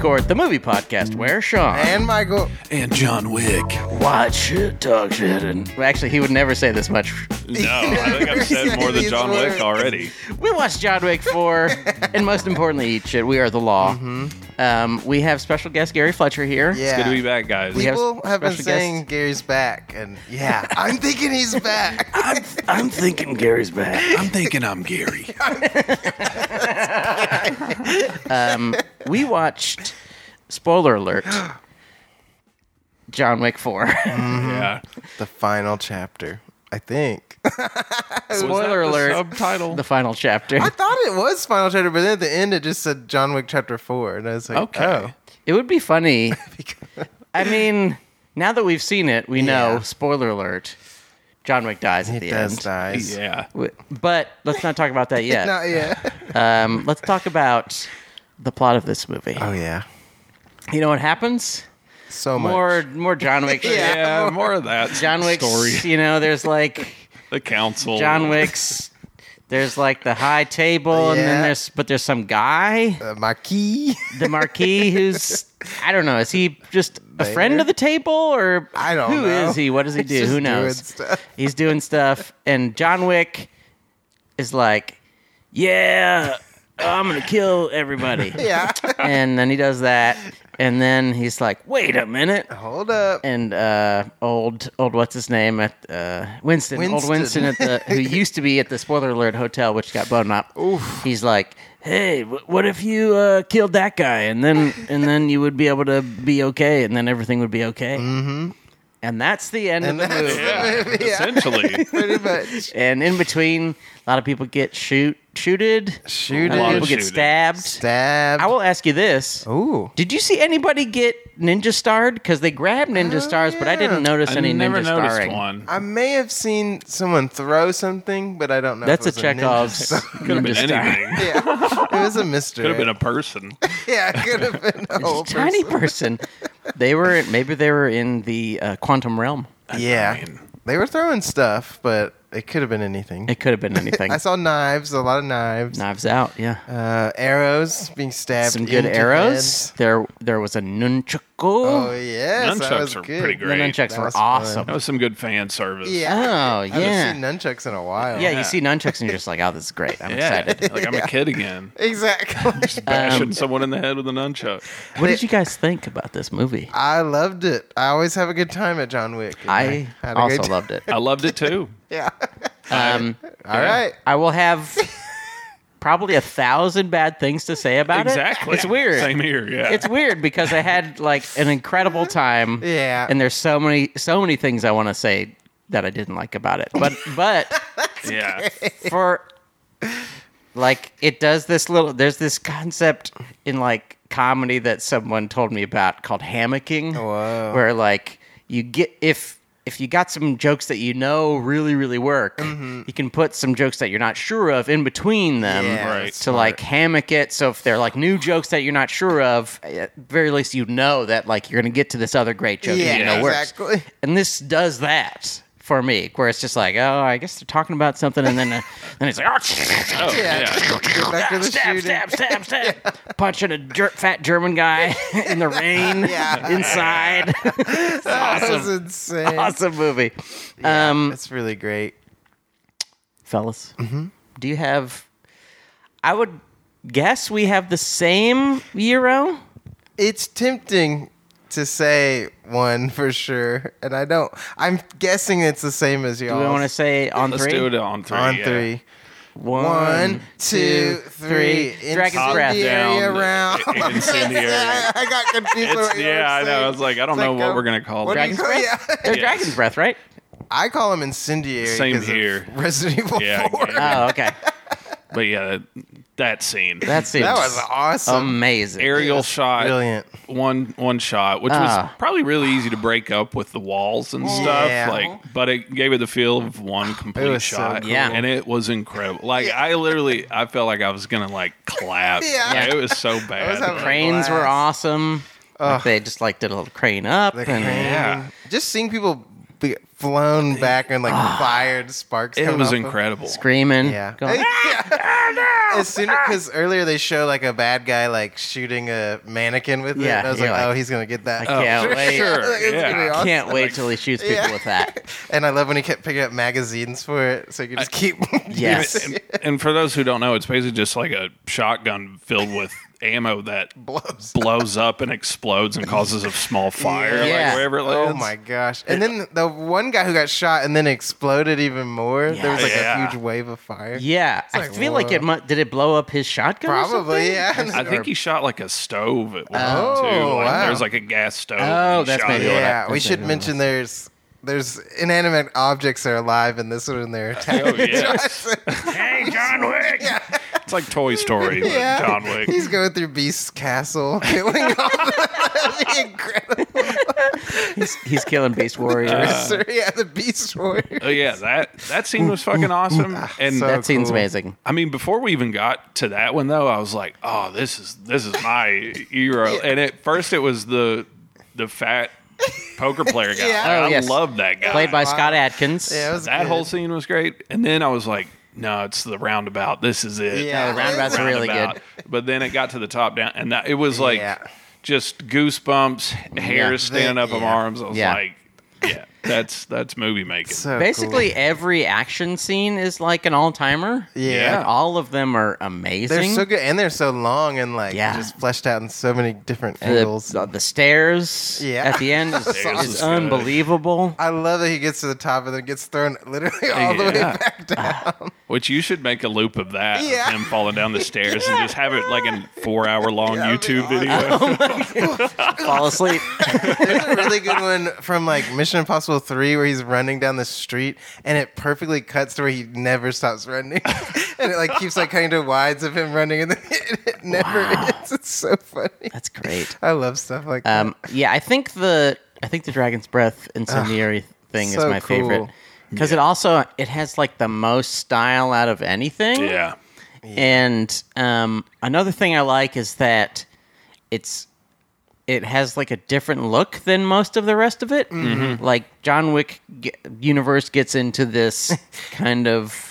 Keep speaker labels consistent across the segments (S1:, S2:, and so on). S1: Court, the movie podcast where Sean
S2: And Michael.
S3: and John Wick.
S1: watch shit, talk shit, and well, actually he would never say this much.
S4: No, I think I've said more than John Wick already.
S1: We watch John Wick four, and most importantly, eat shit. We are the law. Um, we have special guest Gary Fletcher here.
S2: Mm-hmm. Yeah.
S4: It's good to be back, guys.
S1: have
S2: People have, been
S1: special guests.
S2: saying Gary's back, and yeah, I'm thinking he's back.
S3: I'm, I'm thinking Gary's back. I'm thinking I'm Gary.
S1: We watched. Spoiler alert. John Wick 4.
S4: yeah.
S2: the final chapter, I think.
S1: Spoiler alert.
S4: Subtitle.
S1: the final chapter.
S2: I thought it was final chapter, but then at the end it just said John Wick chapter four, and I was like,
S4: Okay.
S2: oh,
S1: It would be funny. I mean, now that we've seen it, we know.
S2: Yeah.
S1: Spoiler alert: John Wick dies at
S2: he
S1: the
S2: does
S1: end.
S2: dies.
S4: yeah.
S1: W- But let's not talk about that yet.
S2: Not yet.
S1: um, let's talk about the plot of this movie.
S2: oh yeah,
S1: You know what happens?
S2: so much.
S1: More, more John Wick. shit.
S4: Yeah, more of that.
S1: John Wick's.
S4: story.
S1: You know, there's like
S4: The council.
S1: John Wick's. There's like the high table, and then
S2: Yeah.
S1: there's but there's some guy,
S2: Uh, my key.
S1: the marquee, who's I don't know. Is he just a friend of the table, or
S2: I don't
S1: who
S2: know.
S1: is he? What does he do?
S2: Just
S1: who
S2: doing
S1: knows?
S2: stuff.
S1: he's doing stuff, and John Wick is like, "Yeah, I'm gonna kill everybody,"
S2: Yeah.
S1: and then he does that, and then he's like, "Wait a minute."
S2: Hold up.
S1: And uh, old old what's his name at uh, Winston, old Winston
S2: Winston.
S1: at the who used to be at the spoiler alert hotel, which got blown up. He's like, "Hey, wh- what if you uh, killed that guy, and then and then you would be able to be okay, and then everything would be okay." Mm-hmm. And that's the end
S2: And
S1: of the
S2: that's
S1: movie.
S4: Yeah, essentially.
S2: pretty much.
S1: And in between, a lot of people get shoot shooted.
S2: Shooted.
S1: A lot of people get
S4: Shooted.
S1: stabbed.
S2: Stabbed.
S1: I will ask you this:
S2: Ooh.
S1: Did you see anybody get ninja starred? Because they grabbed ninja stars, but I didn't
S2: Oh, yeah.
S1: notice
S4: I
S1: any
S4: never
S1: ninja
S4: noticed
S1: starring.
S4: one.
S2: I may have seen someone throw something, but I don't know.
S1: That's a
S2: if it was
S1: Chekhov's.
S2: ninja.
S4: Could have been
S1: ninja star.
S4: anything.
S2: yeah, it was a mystery.
S4: Could have been a person.
S2: yeah, it could have been a whole
S1: Tiny
S2: person.
S1: person. they were maybe they were in the uh, quantum realm.
S2: Yeah,
S4: mean-
S2: they were throwing stuff, but it could have been anything.
S1: It could have been anything.
S2: I saw knives, a lot of knives,
S1: Knives out. Yeah.
S2: uh, arrows being stabbed.
S1: Some good
S2: into
S1: arrows.
S2: heads.
S1: There, there was a nunchaku.
S2: Oh yes, that
S4: Nunchucks
S2: was
S4: are
S2: good.
S4: pretty
S1: the
S4: great.
S1: nunchucks
S2: That
S1: were
S2: was fun.
S1: awesome.
S4: That was some good fan service.
S2: Yeah,
S1: Oh
S2: I haven't
S1: yeah,
S2: seen nunchucks in a while.
S1: yeah. You
S4: Yeah.
S1: see nunchucks and you're just like, oh, this is great. I'm
S4: Yeah. Um,
S1: excited.
S4: Like I'm a kid again.
S2: exactly.
S4: Bashing someone in the head with a nunchuck.
S1: What did you guys think about this movie?
S2: I loved it. I always have a good time at John Wick. and
S1: I
S2: had a
S1: also
S2: great-
S1: loved it.
S4: I loved it too.
S2: Yeah.
S1: Um,
S2: All right.
S1: I will have probably a thousand bad things to say about
S4: exactly.
S1: it. It's weird.
S4: Same here. Yeah.
S1: It's weird because I had like an incredible time.
S2: Yeah.
S1: And there's so many so many things I want to say that I didn't like about it. But but
S4: yeah.
S1: for like it does this little there's this concept in like comedy that someone told me about called hammocking
S2: Oh, Whoa.
S1: where like you get if if you got some jokes that you know really really work
S2: Mm-hmm.
S1: you can put some jokes that you're not sure of in between them
S2: Yeah,
S4: Right.
S1: to
S2: that's
S1: like hammock it so if they're like new jokes that you're not sure of at very least you know that like you're gonna get to this other great joke that you know
S2: yeah,
S1: works
S2: exactly.
S1: and this does that for me, where it's just like, oh, I guess they're talking about something, and then uh, then it's like, oh, stab,
S4: Oh,
S2: Yeah.
S4: yeah.
S2: Go back to the
S1: stab,
S2: shooting.
S1: stab, stab, stab, punching a ger- fat German guy in the rain
S2: Yeah.
S1: inside.
S2: That was insane.
S1: awesome movie, um,
S2: That's really great.
S1: fellas.
S2: Mm-hmm.
S1: Do you have? I would guess we have the same euro.
S2: It's tempting to say one for sure, and I don't. I'm guessing it's the same as
S1: Do
S2: y'all.
S1: we want to say on
S4: Let's
S1: three?
S4: do it on three.
S2: on
S4: yeah.
S2: three.
S1: One,
S2: One, two, three.
S1: Dragon's breath.
S2: Incendiary
S4: Down.
S2: around.
S4: Incendiary.
S2: I I got confused. with
S4: It's,
S2: what you were
S4: yeah, I
S2: saying.
S4: know. I was like, I don't
S2: It's
S4: know
S2: like,
S4: what
S2: um,
S4: we're gonna call
S2: what do
S4: it.
S2: you
S1: Dragon's They're
S2: call- yeah.
S4: Yes.
S1: dragon's breath, right?
S2: I call him incendiary.
S4: Same
S2: 'cause of
S4: here.
S2: Resident Evil
S4: Yeah,
S2: 4.
S4: yeah.
S1: Oh, okay.
S4: But yeah, that, that scene,
S1: That seems
S2: That was awesome.
S1: amazing.
S4: aerial Um, shot,
S2: Brilliant.
S4: one one shot, which was
S1: Ah.
S4: probably really easy to break up with the walls and stuff.
S2: Yeah.
S4: Like, but it gave it the feel of one complete
S2: was so
S4: shot.
S2: cool.
S1: Yeah.
S4: and it was incredible. Like, I literally, I felt like I was gonna like clap.
S2: Yeah.
S4: Like, it was so bad.
S2: was having-
S1: cranes
S2: Glass.
S1: were awesome. Like, they just like did a little crane up
S2: The
S1: and uh,
S2: crane.
S4: Yeah.
S2: Just seeing people be blown back and like
S1: Ah.
S2: fired sparks.
S4: It
S2: coming
S4: was
S2: off of-
S4: incredible.
S1: screaming.
S2: Yeah.
S1: Going,
S2: As soon because earlier they show like a bad guy like shooting a mannequin with it.
S1: Yeah,
S2: And I was
S1: you're
S2: like,
S1: like,
S2: oh, he's gonna get that.
S1: I can't
S4: for
S1: wait.
S4: sure.
S2: Like, it's
S4: Yeah.
S2: gonna be awesome.
S1: Can't wait till he shoots people
S2: Yeah.
S1: with that.
S2: And I love when he kept picking up magazines for it, so you could just keep.
S1: Yes.
S2: using it.
S4: And for those who don't know, it's basically just like a shotgun filled with ammo that
S2: Blows.
S4: blows up and explodes and causes a small fire
S1: Yeah.
S4: like wherever it lands.
S2: Oh my gosh! And then the one guy who got shot and then exploded even more. There was like
S4: Yeah.
S2: a huge wave of fire.
S1: Yeah, I
S2: like,
S1: feel like it. Mu- did it blow up his shotgun? or
S2: Probably,
S1: something?
S2: yeah.
S4: I think he shot like a stove at one
S2: Oh,
S4: too. Like,
S2: wow.
S4: There's like a gas stove.
S1: Oh,
S4: and he
S1: that's
S4: shot
S1: maybe
S4: it.
S1: what I-
S2: Yeah, we
S1: that's
S2: should
S1: what I
S2: mention there's there's inanimate objects are alive in this one and they're attacking.
S4: Oh, yes.
S2: Johnson.
S4: hey, John Wick. It's like Toy Story, but
S2: Yeah.
S4: John Wick.
S2: He's going through Beast's castle, killing all the incredible.
S1: He's, he's killing Beast Warriors.
S4: Uh.
S2: yeah, the Beast Warrior.
S4: Oh yeah, that that scene was fucking awesome. And
S2: Ah, So-
S1: that seems
S2: cool.
S1: amazing.
S4: I mean, before we even got to that one though, I was like, "Oh, this is this is my hero." And at first, it was the the fat poker player guy.
S2: Yeah.
S4: Like,
S1: Oh,
S4: I
S1: yes.
S4: love that guy.
S1: Played by Scott Adkins.
S2: Yeah, it was
S4: that
S2: good.
S4: whole scene was great. And then I was like, "No, it's the roundabout. This is it."
S2: Yeah. No, the roundabout's
S1: really
S4: Roundabout. But then it got to the top down, and that, it was like
S2: Yeah.
S4: just goosebumps, hair
S1: The-
S4: standing up in
S2: yeah.
S4: my arms. I was
S1: Yeah.
S4: like, "Yeah, that's that's movie making."
S2: So
S1: Basically,
S2: cool.
S1: every action scene is like an all timer.
S2: yeah.
S4: Yeah.
S1: All of them are amazing.
S2: They're so good and they're so long and like
S1: Yeah.
S2: just fleshed out in so many different angles.
S1: the, the stairs
S2: Yeah.
S1: at the end is,
S4: Stairs
S1: is
S4: is good.
S1: unbelievable.
S2: I love that he gets to the top and then gets thrown literally all the way
S4: Yeah.
S2: back down.
S4: Which you should make a loop of that, of
S2: Yeah.
S4: him falling down the stairs, and just have it like a four-hour-long
S2: that'd be
S4: YouTube video.
S1: Fall asleep.
S2: There's a really good one from like Mission Impossible 3 where he's running down the street and it perfectly cuts to where he never stops running. and it like keeps like kind of wides of him running and then it, it never ends. It's so funny.
S1: That's great.
S2: I love stuff like that.
S1: Um, yeah, I think the I think the Dragon's Breath incendiary thing is
S2: so
S1: my favorite
S2: cool.
S1: because it also it has like the most style out of anything.
S4: yeah,
S1: And um, another thing I like is that it's it has like a different look than most of the rest of it.
S4: Mm-hmm.
S1: Mm-hmm. Like John Wick ge- universe gets into this kind of.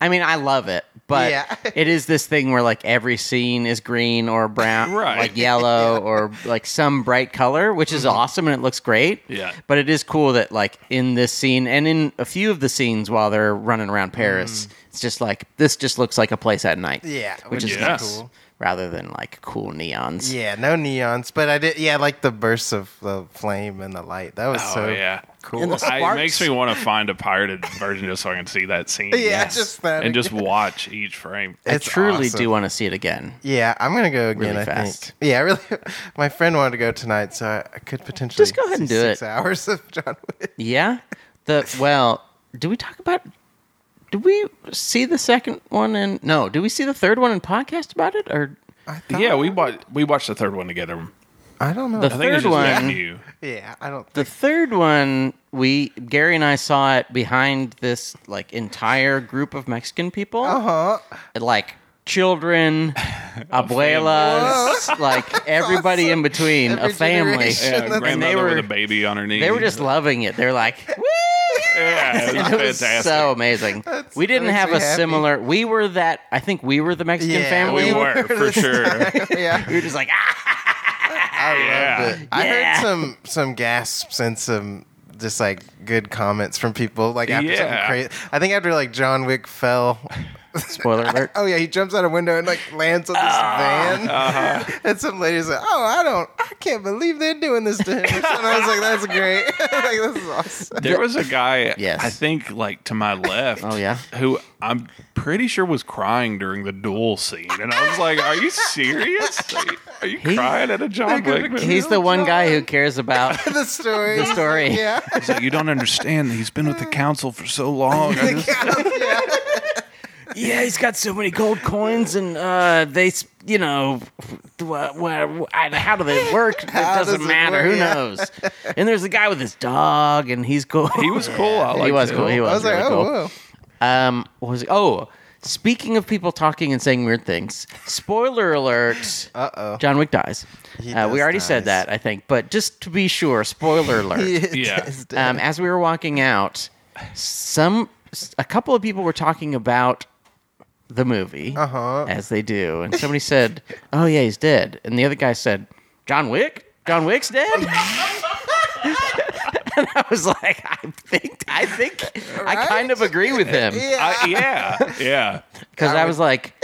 S1: I mean, I love it, but
S2: Yeah.
S1: it is this thing where like every scene is green or brown,
S4: Right. Mm-hmm.
S1: like yellow or like some bright color, which is awesome and it looks great.
S4: Yeah.
S1: But it is cool that like in this scene and in a few of the scenes while they're running around Paris, it's just like this just looks like a place at night.
S2: yeah,
S1: Which is
S4: Yes.
S2: cool.
S1: Rather than like cool neons.
S2: Yeah, no neons, but I did. Yeah, like the bursts of the flame and the light. That was
S4: oh
S2: so
S4: yeah.
S2: cool.
S1: And the
S4: I, it
S1: sparks.
S4: makes me want to find a pirated version just so I can see that scene.
S2: Yeah, just that
S4: and just watch each frame.
S1: I
S2: It's
S1: truly
S2: awesome.
S1: do want to see it again.
S2: yeah, I'm gonna go again.
S1: Really
S2: I
S1: fast.
S2: think. Yeah, I really. My friend wanted to go tonight, so I, I could potentially
S1: Just go ahead and
S2: see
S1: do
S2: six
S1: it.
S2: hours of John Wick.
S1: Yeah. The well, do we talk about do we see the second one in no, do we see the third one in podcast about it or
S2: I thought,
S4: Yeah, we watched we watched the third one together.
S2: I don't know.
S1: The
S4: I think
S1: Third
S4: it's just me
S1: one.
S4: and you.
S2: yeah, I don't.
S1: the third one we Gary and I saw it behind this like entire group of Mexican people.
S2: Huh?
S1: Like children, abuelas, like everybody in between,
S2: Every
S1: a family.
S2: generation.
S4: Yeah,
S2: And they
S4: grandmother
S1: were-
S4: with a baby on her knee.
S1: They were just loving it. They're like, woo!
S4: yeah,
S1: It
S4: it was
S1: was
S4: fantastic.
S1: so amazing. we didn't
S2: that makes
S1: have
S2: me
S1: a
S2: happy.
S1: similar. We were that. I think we were the Mexican
S2: Yeah,
S1: family.
S4: we were for sure.
S2: Yeah,
S1: We were just like, ah,
S2: I
S4: Yeah.
S2: loved it. I
S1: Yeah.
S2: heard some some gasps and some just like good comments from people. Like after something
S4: Yeah.
S2: crazy. I think after like John Wick fell
S1: spoiler alert.
S2: Oh yeah, he jumps out a window and like lands on this
S1: Ah,
S2: van.
S1: uh-huh.
S2: and some lady's like, "Oh, I don't, I can't believe they're doing this to him." And I was like, "That's great, like this is awesome."
S4: There was a guy,
S1: Yes.
S4: I think, like to my left.
S1: Oh, yeah?
S4: who I'm pretty sure was crying during the duel scene, and I was like, "Are you serious? Are you crying at a John Wick movie?"
S1: He's the one guy who cares about.
S2: the story,
S1: The story.
S2: yeah,
S4: He's like, "You don't understand. He's been with the council for so long." I just-
S1: yeah, he's got so many gold coins, and uh, they, s- you know, wha- wha- I- how do they work? It
S2: How does
S1: doesn't
S2: it
S1: matter.
S2: work?
S1: Who
S2: Yeah.
S1: knows? And there's a guy with his dog, and he's cool.
S4: he was cool. I liked
S1: he was
S4: him.
S1: cool. He was,
S2: I was like,
S1: really
S2: "Oh,
S1: cool.
S2: whoa.
S1: Um, what was it? oh, Speaking of people talking and saying weird things, spoiler alert:
S2: Uh oh.
S1: John Wick dies.
S2: He
S1: Uh, we
S2: does
S1: already said
S2: dies.
S1: that, I think. But just to be sure, spoiler alert:
S4: Yeah.
S1: um, as we were walking out, some a couple of people were talking about the movie
S2: Uh-huh.
S1: as they do, and somebody said, "Oh yeah, he's dead," and the other guy said, "John Wick." John Wick's dead. and I was like, I think, I think, I kind of agree with him
S4: I, yeah. Yeah.
S1: because I was like,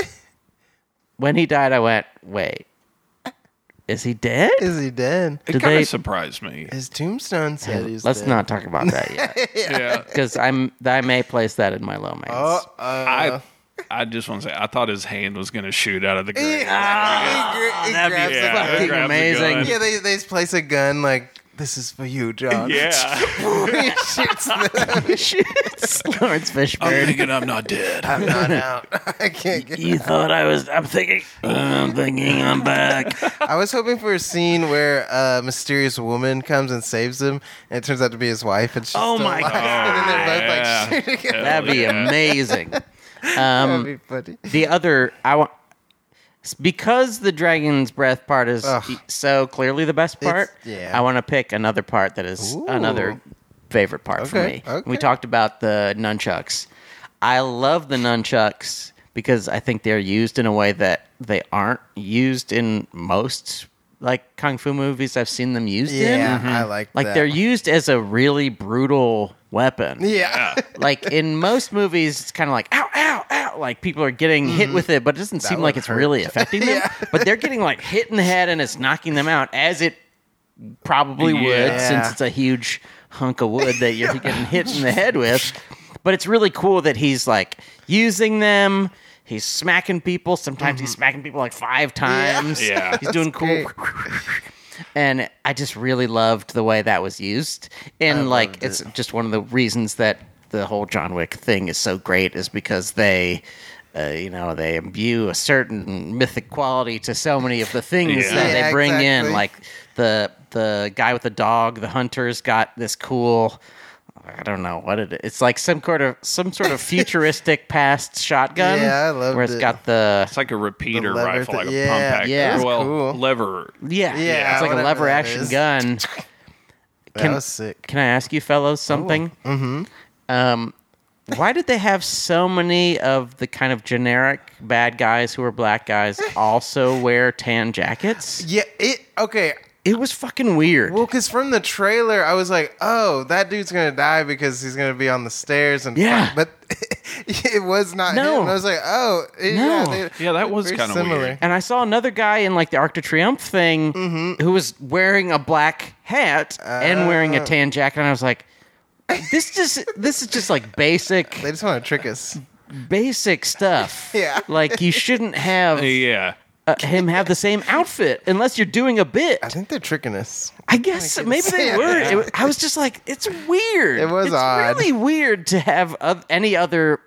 S1: when he died, I went, wait, is he dead?
S2: Is he dead?
S4: It
S1: Did
S4: kind
S1: they-
S4: of surprised me.
S2: His tombstone said he's
S1: Let's
S2: dead.
S1: not talk about that yet
S4: Yeah.
S1: because I'm I may place that in my lomax.
S2: Oh, uh,
S4: I
S1: Uh-huh.
S4: I just want to say I thought his hand was going to shoot out of the
S1: Ah,
S2: he- he
S4: grave.
S2: gra- he grabs the
S4: yeah,
S2: fucking-
S1: fucking
S4: grabs the
S1: amazing.
S4: gun.
S2: yeah, they they place a gun like this is for you, John.
S4: Yeah.
S2: he shoots them.
S1: Shoots Lawrence
S3: I'm
S1: Fishburne.
S3: thinking I'm not dead.
S2: I'm not out. I can't get.
S1: You thought I was. I'm thinking. I'm thinking. I'm back.
S2: I was hoping for a scene where a mysterious woman comes and saves him, and it turns out to be his wife, and she's
S1: Oh
S2: still
S1: my
S2: alive.
S1: God.
S2: And then
S4: Yeah.
S2: they're both like shooting.
S1: That'd be amazing. Um,
S2: That'd be funny.
S1: the other I want because the dragon's breath part is
S2: Ugh.
S1: so clearly the best part.
S2: yeah.
S1: I want to pick another part that is
S2: Ooh.
S1: another favorite part for
S2: Okay,
S1: me. We
S2: okay.
S1: talked about the nunchucks. I love the nunchucks because I think they're used in a way that they aren't used in most like kung fu movies I've seen them used in.
S2: Yeah, I like
S1: Like
S2: that.
S1: they're used as a really brutal weapon
S2: yeah.
S1: like in most movies, it's kind of like ow, ow, ow. Like people are getting hit with it, but it doesn't seem like
S2: Mm-hmm. would
S1: it's
S2: hurt.
S1: really affecting them.
S2: Yeah.
S1: But they're getting like hit in the head, and it's knocking them out as it probably would,
S4: Yeah.
S1: since it's a huge hunk of wood that you're getting hit in the head with. But it's really cool that he's like using them. He's smacking people. Sometimes he's smacking people like five times.
S4: Yeah.
S1: he's doing cool.
S2: Mm-hmm. great.
S1: And I just really loved the way that was used. And like,
S2: loved
S1: it's just one of the reasons that the whole John Wick thing is so great is because they, uh, you know, they imbue a certain mythic quality to so many of the things
S4: Yeah.
S1: that
S2: Yeah,
S1: they bring in.
S2: exactly.
S1: Like the the guy with the dog, the hunter's got this cool. I don't know what it is. It's like some sort of some sort of futuristic past shotgun.
S2: Yeah, I loved
S1: Where it's
S2: it.
S1: got the
S4: It's like a repeater
S2: lever
S4: rifle, like a
S2: thing. Yeah,
S4: pump action.
S1: yeah. That's
S4: well,
S2: cool.
S4: lever.
S1: yeah,
S2: Yeah,
S1: it's like a
S2: whatever
S1: lever
S2: that
S1: action
S2: is.
S1: gun.
S2: That
S1: Can-
S2: was sick.
S1: Can I ask you fellows something? Mm-hmm. Um, why did they have so many of the kind of generic bad guys who are black guys also wear tan jackets?
S2: Yeah. It okay.
S1: It was fucking weird.
S2: Well, because from the trailer, I was like, "Oh, that dude's gonna die because he's gonna be on the stairs." And
S1: Yeah.
S2: but it was not
S1: No.
S2: him. I was like, "Oh, it-
S1: No.
S2: yeah, they-
S4: Yeah, that was
S2: very
S4: kinda
S2: similar."
S4: weird.
S1: and I saw another guy in like the Arc de Triomphe thing who was wearing a black hat and wearing a tan jacket, and I was like, "This just this is just like basic
S2: They just want to trick us.
S1: basic stuff.
S2: Yeah.
S1: like you shouldn't have
S4: Yeah.
S1: uh, him have the same outfit unless you're doing a bit.
S2: I think they're tricking us.
S1: I guess
S2: goodness.
S1: maybe they
S2: Yeah.
S1: were. It wa- I was just like, it's weird.
S2: It was
S1: it's
S2: odd.
S1: really weird to have oth- any other.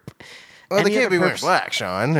S2: Well,
S1: any
S2: they can't
S1: other
S2: be wearing
S1: purpose.
S2: black, Sean.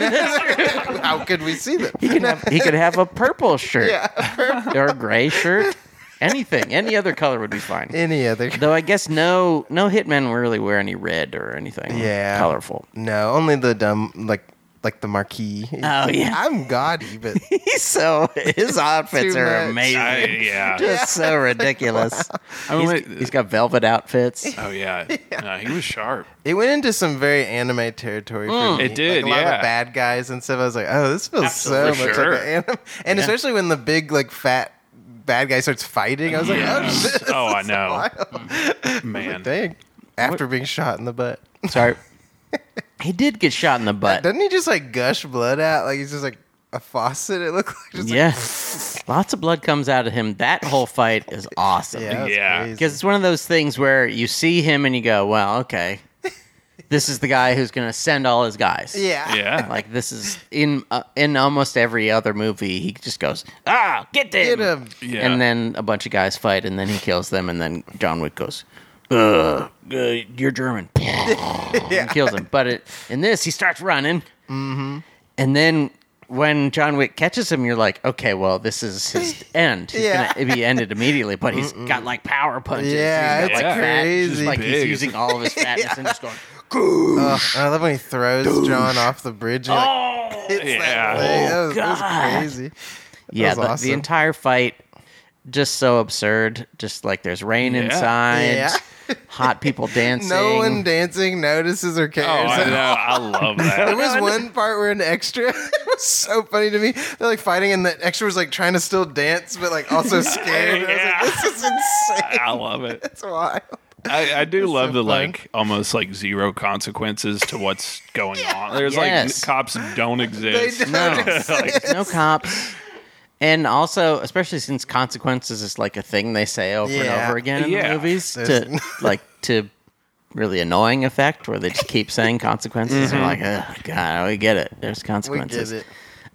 S2: How could we see them?
S1: He could, have, he could have a purple shirt
S2: Yeah.
S1: or a gray shirt, anything. Any other color would be fine.
S2: Any other?
S1: Though I guess no, no hitmen really wear any red or anything.
S2: Yeah.
S1: colorful.
S2: No, only the dumb like like the marquee.
S1: Oh, yeah.
S2: I'm gaudy, but
S1: He's so his outfits
S2: Too
S1: are
S2: much.
S1: amazing.
S4: I, yeah.
S1: Just so ridiculous.
S4: I mean, wait.
S1: He's got velvet outfits.
S4: oh, yeah. No, he was sharp.
S2: it went into some very anime territory for me.
S4: Mm. It
S2: like,
S4: did,
S2: a lot
S4: yeah.
S2: of bad guys and stuff. I was like, oh, this feels so
S4: Absolutely.
S2: much
S4: Sure.
S2: like an anime, and especially when the big like fat bad guy starts fighting. I was like, oh,
S4: Yes.
S2: shit, this
S4: Oh, I
S2: is
S4: know.
S2: wild.
S4: Man.
S2: Dang. After being shot in the butt,
S1: Sorry, he did get shot in the butt.
S2: doesn't he just like gush blood out? Like he's just like a faucet. It looked like just
S1: Yeah. Lots of blood comes out of him. That whole fight is awesome.
S2: like, yeah, that's
S4: Yeah.
S2: crazy.
S1: Because it's one of those things where you see him and you go, well, okay. This is the guy who's going to send all his guys.
S2: yeah,
S4: Yeah.
S1: Like this is in uh, in almost every other movie, he just goes, ah, get them.
S2: Get him.
S4: yeah.
S1: And then a bunch of guys fight, and then he kills them, and then John Wick goes, Ugh, uh, "You're German," and kills him. But it, in this, he starts running, mm-hmm. and then when John Wick catches him, you're like, "Okay, well, this is his end. He's
S2: Yeah.
S1: gonna be ended immediately." But he's got like power punches.
S2: Yeah,
S1: he's got,
S2: it's
S1: like, fat-
S2: crazy.
S1: just like he's
S4: Big.
S1: using all of his fatness and just going.
S2: Ugh, and I love when he throws John off the bridge. And he, like, hits
S4: Oh, yeah.
S2: that thing. That was, that was
S1: Oh, God.
S2: crazy.
S1: yeah,
S2: was
S1: the,
S2: awesome.
S1: the entire fight just so absurd. Just like there's rain inside,
S2: Yeah.
S1: hot people dancing.
S2: No one dancing notices or
S4: Oh,
S2: cares.
S4: I know. I love that.
S2: There was one part where an extra it was so funny to me. They're like fighting, and the extra was like trying to still dance, but like also scared. And I was like, this is insane.
S4: I love it.
S2: That's wild.
S4: I, I do love
S2: so
S4: the
S2: fun.
S4: like almost like zero consequences to what's going on. There's
S1: Yes.
S4: like cops don't
S2: They
S4: exist.
S2: don't
S1: No.
S2: exist.
S1: no cops. And also, especially since consequences is like a thing they say over and
S2: Yeah.
S1: over again in the
S4: Yeah.
S1: movies to
S2: There's-
S1: like to really annoying effect, where they just keep saying consequences. and like, oh god, we get it. There's
S2: We get
S1: consequences.
S2: it.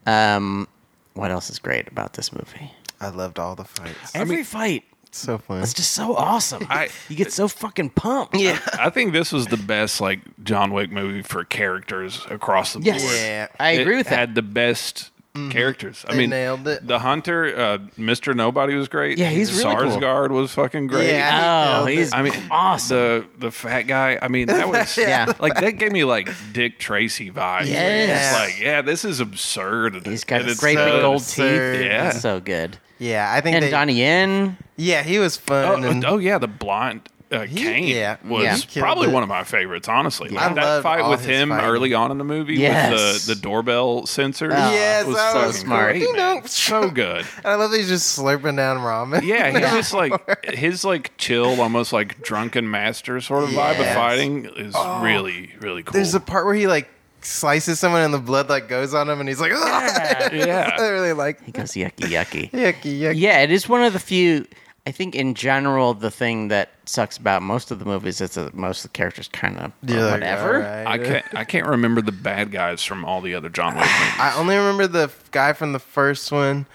S1: Um, what else is great about this movie?
S2: I loved all the fights.
S1: Every fight
S2: It's so fun.
S1: is just so awesome.
S4: I-
S1: you get so fucking pumped.
S2: Yeah.
S4: I think this was the best like John Wick movie for characters across the
S1: Yes.
S4: board.
S2: Yeah.
S1: I agree
S4: it
S1: with that.
S4: Had the best characters. I
S2: They
S4: mean,
S2: nailed it.
S4: The Hunter, uh, Mr. Nobody was great.
S1: Yeah, he's really cool.
S4: Sarsgaard was fucking great.
S2: Yeah.
S1: Oh,
S2: I mean,
S1: he's
S4: I mean,
S1: awesome.
S4: The the fat guy. I mean, that was
S1: Yeah.
S4: Like that gave me like Dick Tracy vibes.
S1: Yes.
S4: It's like yeah, this is absurd.
S1: He's got
S4: And
S1: his
S4: it's,
S1: great
S4: uh,
S1: big gold teeth.
S2: absurd.
S4: Yeah.
S1: It's so good.
S2: Yeah, I think
S1: And
S2: they,
S1: Donnie Yen.
S2: Yeah, he was fun.
S4: Oh,
S2: and
S4: oh yeah, the blonde uh, Kane
S2: yeah,
S4: was
S1: yeah.
S2: He killed
S4: probably
S2: it.
S4: one of my favorites, honestly.
S2: I
S4: Like, that
S2: loved
S4: fight
S2: all
S4: with
S2: his
S4: him
S2: fighting.
S4: early on in the movie
S1: Yes.
S4: with the, the doorbell sensor.
S2: Yes,
S4: was
S2: that
S4: fucking
S2: was
S1: smart.
S4: great,
S2: You
S4: man.
S2: know.
S4: so good.
S2: and I love that he's just slurping down ramen.
S4: Yeah, he's just like his like chill, almost like drunken master sort of vibe of
S2: Yes.
S4: fighting is really really cool.
S2: There's a part where he like slices someone and the blood like goes on him and he's like, "Ugh." I
S4: yeah,
S2: really like
S1: He goes yucky, yucky.
S2: yucky yucky.
S1: Yeah, it is one of the few. I think in general, the thing that sucks about most of the movies is that most of the characters kind of
S2: You're like,
S1: whatever.
S2: "Alright."
S4: I can't I can't remember the bad guys from all the other John Wick movies.
S2: I only remember the f- guy from the first one,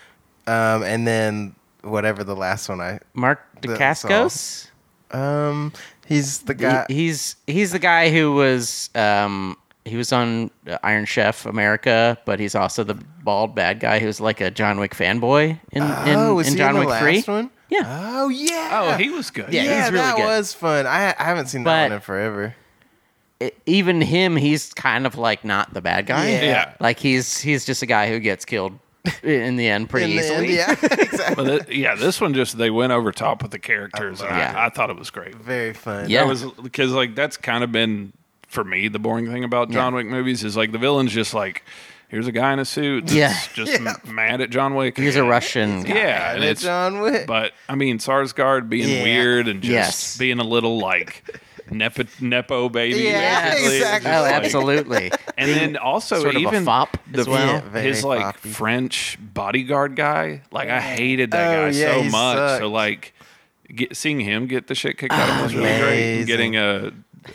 S2: um, and then whatever the last one I
S1: Mark
S2: That's
S1: DeCascos.
S2: um he's the
S1: He,
S2: guy
S1: he's he's the guy who was um, he was on uh, Iron Chef America, but he's also the bald bad guy who's like a John Wick fanboy in, in,
S2: Oh, was
S1: in
S2: he
S1: John
S2: in the
S1: Wick
S2: last
S1: Three.
S2: one?
S1: Yeah,
S2: Oh yeah.
S4: Oh, he was good.
S1: Yeah,
S2: yeah,
S1: he's really
S2: that
S1: good.
S2: was fun. I I haven't seen
S1: But-
S2: that one in forever.
S1: E- even him, he's kind of like not the bad guy.
S2: Yeah.
S4: Yeah.
S1: like he's he's just a guy who gets killed in the end pretty
S2: In the
S1: easily.
S2: end, yeah, exactly.
S4: But th- yeah, this one just they went over top with the characters, and
S1: Yeah.
S4: I, I thought it was great.
S2: Very fun.
S1: Yeah.
S4: That was because like that's kind of been for me the boring thing about John Wick movies is like the villain's just like here's a guy in a suit that's
S1: Yeah.
S4: just m- mad at John Wick.
S1: He's a Russian. guy.
S4: yeah, and it's
S2: John Wick.
S4: but I mean Sarsgaard being
S2: Yeah.
S4: weird and just
S1: Yes.
S4: being a little like nepo, nepo baby.
S2: Yeah,
S4: basically. It's
S2: exactly.
S1: Oh,
S4: just, like-
S1: absolutely.
S4: And then also
S1: sort of a
S4: even
S1: fop
S4: the
S1: as well.
S2: Yeah, very
S4: his like
S2: foppy.
S4: French bodyguard guy. Like I hated that
S2: Oh,
S4: guy
S2: yeah,
S4: so
S2: he
S4: much.
S2: sucked.
S4: So like get, seeing him get the shit kicked out of him was really great.
S2: Amazing.
S4: And Getting a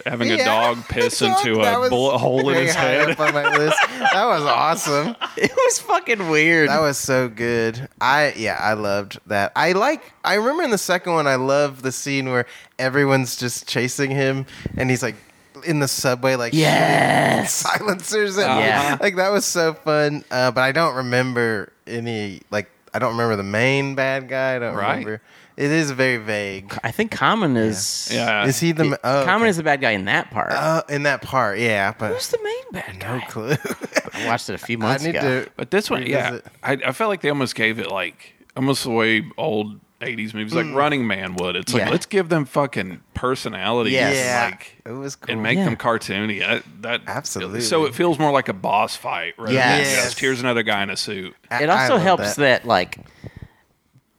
S4: having a
S2: Yeah.
S4: dog piss
S2: Dog,
S4: into
S2: that
S4: a
S2: was
S4: bullet hole in
S2: very
S4: his
S2: high
S4: head.
S2: up on my list. That was awesome.
S1: it was fucking weird.
S2: That was so good. I yeah, I loved that. I like. I remember in the second one, I love the scene where everyone's just chasing him, and he's like in the subway, like
S1: Yes.
S2: shooting silencers. And,
S1: Yeah.
S2: like that was so fun. Uh, but I don't remember any. Like I don't remember the main bad guy. I don't
S4: Right.
S2: remember. It is very vague.
S1: I think Common is.
S4: Yeah.
S2: Is he the ma- oh,
S1: Common
S2: okay.
S1: uh, is the bad guy in that part.
S2: uh, in that part? Yeah,
S1: Who's
S2: but
S1: the main bad
S2: no
S1: guy?
S2: clue.
S1: I watched it a few
S2: I
S1: months
S2: need
S1: ago.
S2: to.
S4: But this one, yeah,
S2: Revisit.
S4: I, I felt like they almost gave it like almost the way old '80s movies like
S2: Mm.
S4: Running Man would. It's like
S1: Yeah.
S4: let's give them fucking personality.
S1: Yes.
S2: Yeah,
S4: Like,
S2: it was cool.
S4: and make
S1: Yeah.
S4: them cartoony. That, that
S2: Absolutely.
S4: So it feels more like a boss fight, right?
S1: Yes.
S4: Just here's another guy in a suit.
S2: I-
S1: It
S2: I
S1: also
S2: love
S1: helps that. like,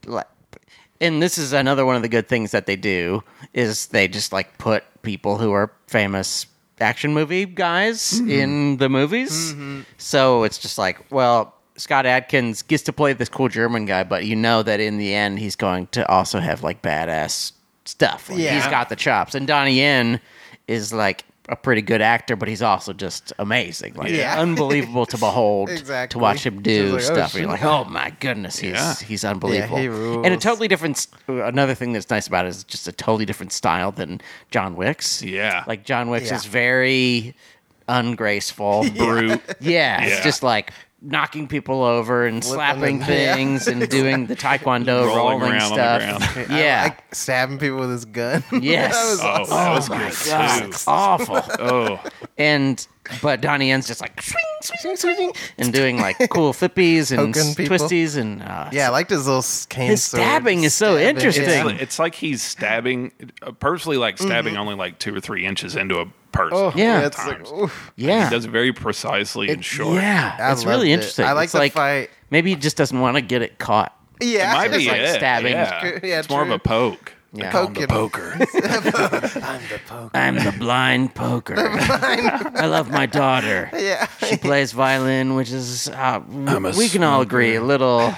S1: like, and this is another one of the good things that they do is they just like put people who are famous action movie guys
S2: Mm-hmm.
S1: in the movies. So it's just like, well, Scott Adkins gets to play this cool German guy, but you know that in the end he's going to also have like badass stuff. Like, He's
S2: Yeah.
S1: got the chops, and Donnie Yen is like. A pretty good actor, but he's also just amazing, like
S2: Yeah.
S1: unbelievable to behold to
S2: Exactly.
S1: watch him do
S2: Just like, oh,
S1: stuff. You're
S2: shit.
S1: like, oh my goodness, he's
S4: Yeah.
S1: he's unbelievable.
S2: Yeah, he
S1: And a
S2: rules.
S1: totally different. s- Another thing that's nice about it is just a totally different style than John Wick's.
S4: Yeah.
S1: like John Wick's
S2: Yeah.
S1: is very ungraceful.
S4: Brute.
S1: Yeah,
S4: Yeah.
S1: it's just like knocking people over and
S2: on
S1: slapping
S2: them, yeah.
S1: things and doing the taekwondo
S4: Rolling
S1: rolling,
S4: around on the
S1: stuff.
S4: ground.
S1: yeah.
S2: like stabbing people with his gun.
S1: Yes.
S2: that was
S1: Oh,
S4: Oh,
S2: awesome.
S4: that was
S1: my
S4: good
S1: God,
S4: too.
S1: it's awful.
S4: Oh,
S1: And but Donnie Yen's just like swing, swing,
S2: Swing, swing, swing.
S1: and doing like cool flippies and
S2: Poking
S1: s-
S2: people.
S1: twisties and uh,
S2: Yeah, I liked his little s- cane.
S1: His
S2: sword.
S1: stabbing is so interesting. Mm-hmm.
S2: yeah.
S1: Thing.
S4: It's, it's like he's stabbing, uh, purposely like stabbing only like two or three inches into a person.
S2: Oh,
S1: Yeah.
S2: it's like,
S4: Times.
S2: oof.
S1: yeah,
S4: He does it very precisely and short.
S1: yeah.
S2: I
S1: it's really
S2: loved it.
S1: interesting.
S2: I like
S1: it's
S2: the
S1: like
S2: fight.
S1: maybe he just doesn't want to get it caught.
S2: yeah,
S4: It might be
S1: like
S4: it.
S1: stabbing.
S4: Yeah.
S2: Yeah,
S4: it's more of
S2: true.
S4: a poke.
S1: Yeah.
S3: I'm the
S2: Poking.
S3: poker.
S1: I'm the blind poker. I love my daughter.
S2: Yeah.
S1: She plays violin, which is uh,
S3: I'm a
S1: we can all agree a little,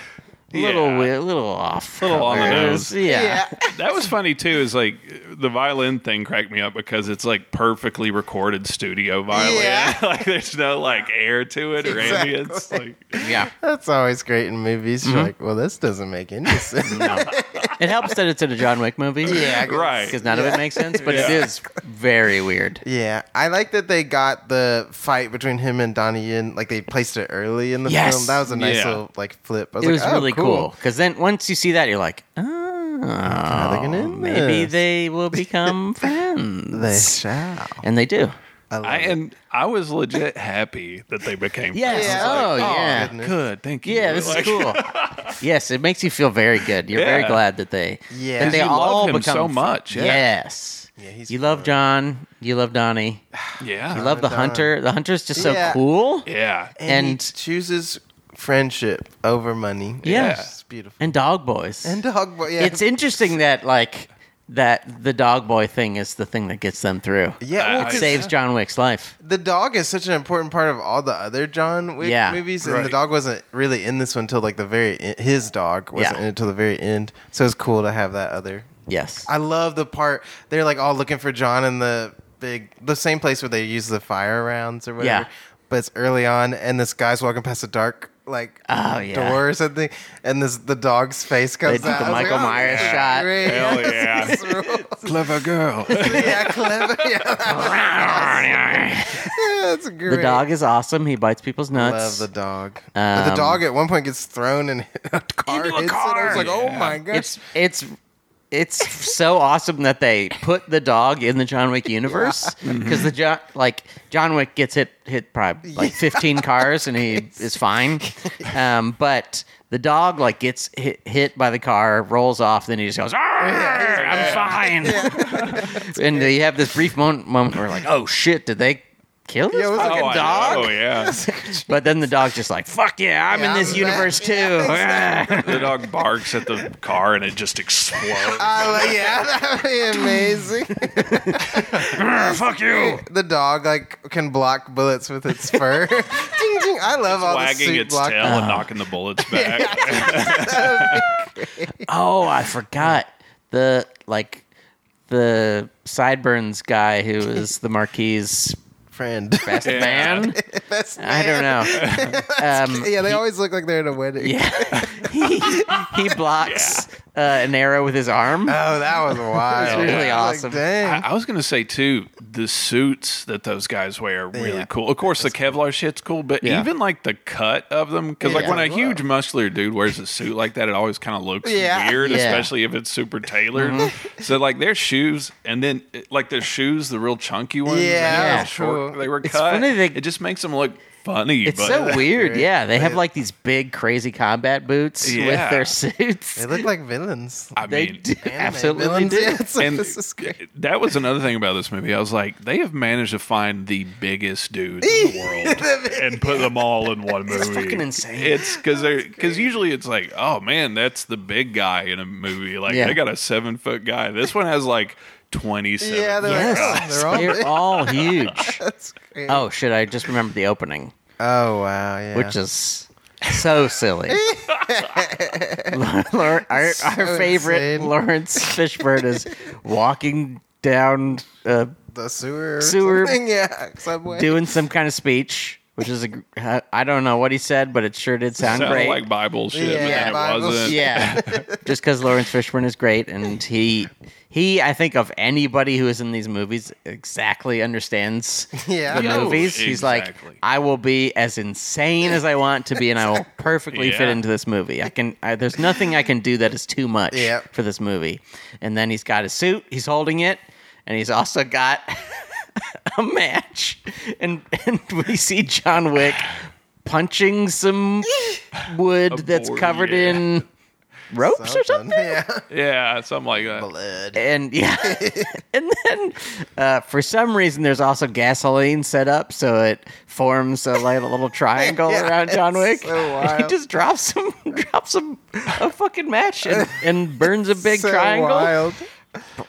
S1: little,
S4: Yeah.
S1: we- a little off,
S4: Little on the
S1: colors.
S4: nose.
S1: Yeah.
S2: Yeah.
S4: That was funny too. Is like the violin thing cracked me up because it's like perfectly recorded studio violin.
S2: Yeah.
S4: like there's no like air to it or
S2: Exactly.
S4: ambience. Like
S1: yeah.
S2: That's always great in movies.
S1: Mm-hmm.
S2: You're like, well, this doesn't make any sense.
S4: Mm-hmm.
S1: It helps that it's in a John Wick movie.
S2: Yeah, I guess.
S4: right.
S1: because none of it makes sense, but it
S4: Yeah.
S1: is very weird.
S2: Yeah, I like that they got the fight between him and Donnie Yen. Like they placed it early in the
S1: Yes.
S2: film. That was a nice
S4: Yeah.
S2: little like flip. I was
S1: It
S2: like,
S1: was
S2: oh,
S1: really cool because then once you see that, you're like, oh,
S2: gonna end
S1: maybe
S2: this?
S1: they will become friends,
S2: They shall.
S1: and they do.
S2: I love
S4: I
S2: it.
S4: and I was legit happy that they became.
S1: Yes.
S4: friends.
S2: like,
S1: Oh,
S2: oh,
S1: yeah.
S2: goodness.
S4: Good. Thank you.
S1: Yeah, this is
S4: Like-
S1: cool. yes, it makes you feel very good. You're very
S4: Yeah.
S1: glad that they
S2: Yeah.
S1: that
S2: 'Cause
S1: they
S4: you love
S1: all
S4: him
S1: become
S4: so
S1: fr-
S4: much, yeah.
S1: Yes.
S2: Yeah, he's
S1: you love John. You love Donnie.
S4: Yeah.
S1: You love the
S2: Don.
S1: hunter. The hunter's just so
S2: Yeah.
S1: cool.
S4: Yeah.
S2: And, he
S1: and-
S2: chooses friendship over money.
S1: Yeah.
S2: it's beautiful.
S1: And dog boys.
S2: And dog boy. Yeah,
S1: it's interesting that like that the dog boy thing is the thing that gets them through.
S2: yeah. well,
S4: Uh,
S1: It
S2: 'cause
S1: saves John Wick's life.
S2: the dog is such an important part of all the other John Wick
S1: Yeah.
S2: movies, and the
S4: Right.
S2: dog wasn't really in this one until like the very en- his dog wasn't
S1: Yeah.
S2: in it till the very end. So it's cool to have that other
S1: Yes.
S2: I love the part they're like all looking for John in the big the same place where they use the fire rounds or whatever.
S1: Yeah.
S2: But it's early on and this guy's walking past a dark like
S1: Oh, yeah.
S2: door or something and this the dog's face comes
S1: did the
S2: out. I was
S1: Michael
S2: like, oh,
S1: Myers
S2: yeah,
S1: shot.
S2: great.
S4: Hell yeah.
S2: This rules.
S3: Clever girl.
S2: yeah, clever. Yeah, that's great.
S1: the dog is awesome. He bites people's
S2: Love
S1: nuts.
S2: the dog. but the
S1: Um,
S2: dog at one point gets thrown and a car
S1: Into a
S2: hits it. I was
S1: car.
S2: like, oh my gosh.
S1: it's it's it's so awesome that they put the dog in the John Wick universe
S2: Mm-hmm.
S1: because the John like John Wick gets hit hit probably like fifteen cars and he is fine, um, but the dog like gets hit, hit by the car, rolls off, then he just goes, "Arr, "I'm fine," and you have this brief moment, moment where like, "Oh shit, did they?" Kill this
S2: Yeah, it was like
S1: fucking
S4: Oh, I
S1: dog,
S4: know, yeah.
S1: but then the dog's just like, "Fuck yeah, I'm
S2: Yeah,
S1: in this
S2: I'm
S1: universe
S2: back.
S1: too."
S2: Yeah,
S4: the dog barks at the car and it just explodes.
S2: I like- yeah, that would be amazing.
S4: Fuck you.
S2: the dog like can block bullets with its fur. ding ding! I love all the
S4: Wagging
S2: suit
S4: its
S2: block. Uh-huh.
S4: tail and knocking the bullets back.
S1: Oh, I forgot the like the sideburns guy who is the Marquis
S2: Friend,
S1: best
S4: Yeah.
S1: man.
S2: Best
S1: I don't know. Um,
S2: Yeah, they always look like they're at a wedding.
S1: yeah, he, he blocks uh, an arrow with his arm.
S2: Oh, that was wild.
S1: really
S2: I was like,
S1: awesome.
S2: dang.
S4: I was gonna say too, the suits that those guys wear are really
S2: Yeah.
S4: cool. Of course, the Kevlar shit's cool, but
S1: Yeah.
S4: even like the cut of them, because like
S2: Yeah.
S4: when a huge muscular dude wears a suit like that, it always kind of looks
S2: Yeah. Mm-hmm.
S4: weird,
S1: Yeah.
S4: especially if it's super tailored. So like their shoes, and then like their shoes, the real chunky ones,
S2: Yeah,
S4: and
S1: Yeah.
S4: the short,
S2: true.
S4: they were
S1: It's
S4: cut.
S1: funny they-
S4: it just makes them look funny.
S1: It's
S4: but
S2: uh,
S1: so weird.
S2: great.
S1: Yeah, they have like these big crazy combat boots with
S4: Yeah.
S1: their suits.
S2: They look like villains.
S4: I
S1: They
S4: mean,
S1: do,
S2: Anime
S1: absolutely
S2: villains.
S1: do.
S2: Yeah, it's like,
S4: and
S2: this is great.
S4: that was another thing about this movie. I was like, they have managed to find the biggest dudes in the world and put them all in one movie. It's
S1: fucking insane.
S4: It's because they're because usually it's like, oh man, that's the big guy in a movie. Like
S1: Yeah.
S4: they got a seven foot guy. This one has like twenty seven.
S2: Yeah, they're like, oh,
S1: Yes,
S2: they're all.
S1: they're all huge.
S2: That's great.
S1: Oh shit! I just remembered the opening.
S2: Oh, wow. Yeah.
S1: which is so silly. Lor- our, our favorite
S2: insane.
S1: Lawrence Fishburne is walking down, uh,
S2: the sewer. or
S1: Sewer.
S2: something, Yeah. Subway.
S1: doing some kind of speech, which is a gr- I I don't know what he said, but it sure did sound
S4: Sounded
S1: great.
S4: like Bible shit,
S2: Yeah,
S4: but then it
S2: Bible
S4: wasn't.
S1: yeah, just because Lawrence Fishburne is great, and he he I think of anybody who is in these movies exactly understands
S2: Yeah.
S1: the
S4: Yo,
S1: movies. He's like,
S4: exactly.
S1: I will be as insane as I want to be, and I will perfectly fit
S4: Yeah.
S1: into this movie. I can. I, there's nothing I can do that is too much
S2: Yep.
S1: for this movie. And then he's got his suit. He's holding it, and he's also got a match. And and we see John Wick punching some wood
S4: A
S1: that's
S4: board,
S1: covered
S4: yeah.
S1: in ropes or something
S2: Yeah.
S4: Yeah, something like that.
S2: Blood.
S1: and yeah, and then uh, for some reason there's also gasoline set up, so it forms a like a little triangle
S2: Yeah,
S1: around John
S2: it's
S1: Wick.
S2: so
S1: He
S2: wild.
S1: just drops some, drops some a fucking match and, and burns a big
S2: So
S1: triangle.
S2: wild.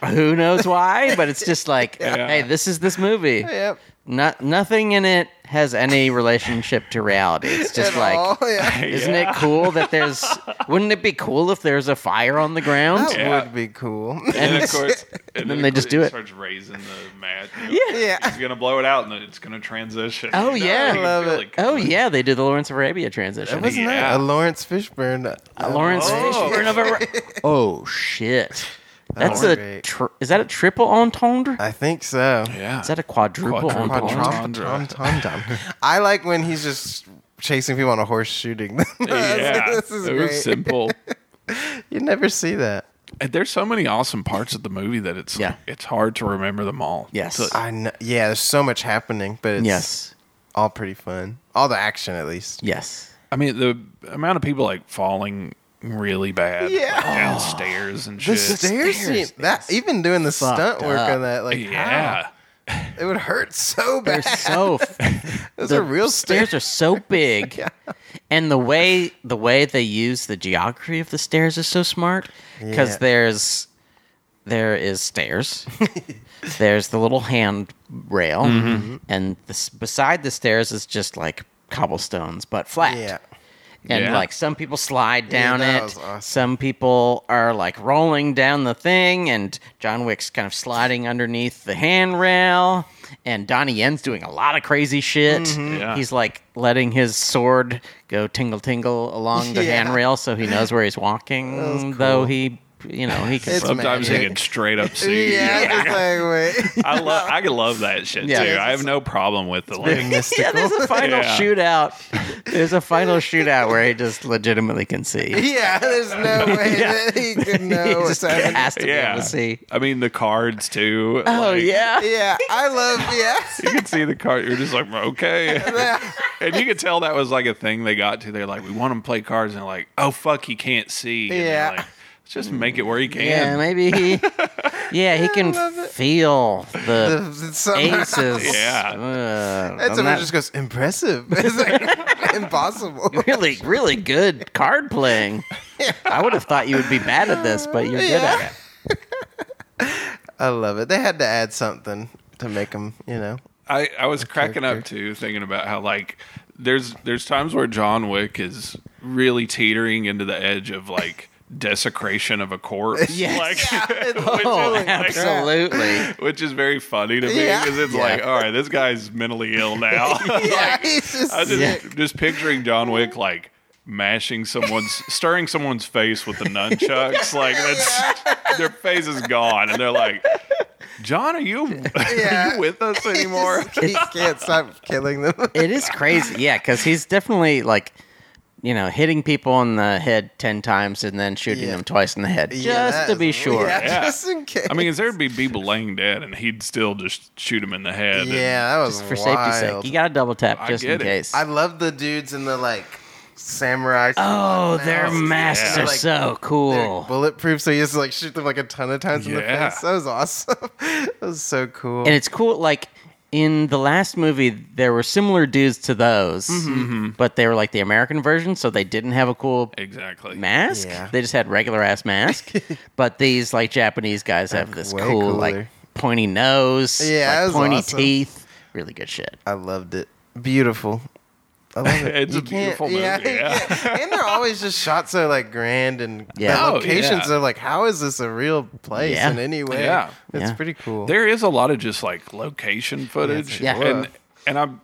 S1: Who knows why? But it's just like, hey, this is this movie.
S2: Yep.
S1: Not nothing in it has any relationship to reality. It's just
S2: At
S1: like.
S2: all. Yeah.
S1: Isn't it cool that there's? Wouldn't it be cool if there's a fire on the ground?
S2: That
S4: Yeah.
S2: would be cool.
S4: And then, of course,
S1: then they just
S4: it
S1: do it.
S4: Starts raising the mat.
S2: yeah.
S4: It's gonna blow it out, and then it's gonna transition.
S1: Oh,
S4: You know,
S1: yeah.
S4: you can
S2: I love
S4: feel
S2: it.
S1: Oh
S4: coming.
S1: yeah, they did the Lawrence of Arabia transition.
S2: That wasn't
S4: Yeah.
S2: that a Lawrence Fishburne? uh,
S1: A Lawrence
S4: Oh.
S1: Fishburne of Ara- Oh shit, that's
S2: was
S1: a
S2: great.
S1: tr is that a triple entendre?
S2: I think so.
S4: Yeah.
S1: Is that a quadruple
S4: Quadruple.
S1: entendre?
S2: Quadrom-
S4: Entendre.
S2: tom- tom- tom. I like when he's just chasing people on a horse shooting them.
S4: yeah.
S2: this is
S4: it
S2: great.
S4: was simple.
S2: You never see that.
S4: And there's so many awesome parts of the movie that it's
S1: Yeah.
S4: it's hard to remember them all.
S1: Yes.
S4: So-
S2: I know, yeah, there's so much happening, but it's
S1: Yes,
S2: all pretty fun. All the action, at least.
S1: yes.
S4: I mean, the amount of people like falling really bad
S2: Yeah.
S4: like, downstairs and
S2: The
S4: shit.
S2: stairs,
S1: stairs
S2: scene, that even doing the
S1: fucked
S2: stunt work
S1: up.
S2: on that, like,
S4: yeah.
S2: how? it would hurt so
S1: They're
S2: bad.
S1: so
S2: Those
S1: the
S2: are real
S1: stairs
S2: stairs.
S1: are so big, and the way the way they use the geography of the stairs is so smart because
S2: Yeah.
S1: there's there is stairs, there's the little hand rail, and this, beside the stairs is just like cobblestones but flat.
S2: yeah,
S1: and
S4: Yeah.
S1: like some people slide down
S2: that
S1: it
S2: was awesome.
S1: some people are like rolling down the thing and john wick's kind of sliding underneath the handrail and donnie yen's doing a lot of crazy shit
S2: Mm-hmm.
S4: Yeah.
S1: he's like letting his sword go tingle tingle along the
S2: Yeah.
S1: handrail so he knows where he's walking though he you know he can
S2: It's
S4: Sometimes he
S2: magic.
S4: can straight up
S2: yeah.
S4: see.
S2: it's like, wait.
S4: I love. I could love that shit
S1: Yeah.
S4: too. I have no problem with the like.
S1: yeah, there's a final
S4: Yeah.
S1: shootout. There's a final shootout where he just legitimately can see.
S2: Yeah, there's no way that he could
S1: he
S2: know
S1: just
S2: what's happening.
S1: has to be
S4: Yeah.
S1: able to see.
S4: I mean the cards too.
S1: Oh
S4: Like,
S1: yeah.
S2: Yeah, I love.
S4: You
S2: Yeah,
S4: can see the card. You're just like okay. and you could tell that was like a thing they got to. They're like, we want him to play cards, and they're like, oh fuck, he can't see. And they're
S2: Yeah.
S4: Like, Let's just make it where he can.
S1: Yeah, maybe he. Yeah, he can feel the
S2: Somehow-
S1: aces.
S4: Yeah.
S1: Uh,
S2: And
S1: I'm
S2: someone
S1: not-
S2: just goes impressive. It's like impossible.
S1: really, really good card playing. I would have thought you would be bad at this, but you're good at it.
S2: I love it. They had to add something to make them, you know.
S4: I, I was cracking up too, thinking about how like there's there's times where John Wick is really teetering into the edge of like desecration of a corpse.
S1: Yes.
S4: Like,
S1: Oh,
S4: which, is, like,
S1: absolutely.
S4: which is very funny to me
S2: Yeah.
S4: because it's like, all right, this guy's mentally ill now.
S2: Yeah, he's just,
S4: I was just
S1: Yeah.
S4: just picturing John Wick like mashing someone's stirring someone's face with the nunchucks. Like that's their face is gone and they're like John, are you, are
S2: Yeah.
S4: you with us
S2: he
S4: anymore?
S2: just- he can't stop killing them.
S1: It is crazy. Yeah, because he's definitely like, you know, hitting people in the head 10 times and then shooting
S2: Yeah.
S1: them twice in the head just
S2: Yeah, that
S1: to
S2: is-
S1: be sure.
S2: Yeah,
S4: Yeah.
S2: just in case.
S4: I mean, 'cause there'd be people laying dead, and he'd still just shoot him in the head. and-
S2: yeah, that was
S1: Just for
S2: wild.
S1: safety's sake. You got to double tap
S4: I
S1: just in
S4: get it.
S1: case.
S2: I love the dudes in the like samurai.
S1: Oh,
S2: masks.
S1: their masks
S4: Yeah.
S1: are
S2: Like,
S1: so
S2: They're
S1: cool.
S2: bulletproof, so you just like shoot them like a ton of times in the
S4: Yeah.
S2: face. That was awesome. that was so cool.
S1: And it's cool, like in the last movie, there were similar dudes to those,
S2: Mm-hmm.
S1: but they were like the American version, so they didn't have a cool
S4: exactly.
S1: mask.
S2: Yeah.
S1: They just had regular ass mask. but these like Japanese guys have this
S2: way
S1: cool,
S2: cooler.
S1: like pointy nose,
S2: Yeah,
S1: like,
S2: that was
S1: pointy
S2: awesome.
S1: teeth. Really good shit.
S2: I loved it. Beautiful. I love it.
S4: It's a beautiful movie, yeah.
S2: and they're always just shot so like grand and
S1: Yeah.
S2: the
S1: Oh,
S2: locations
S4: yeah.
S2: are like, how is this a real place
S1: Yeah.
S2: in any way?
S4: Yeah.
S2: It's
S1: Yeah.
S2: pretty cool.
S4: There is a lot of just like location footage,
S1: Yeah.
S4: and and I'm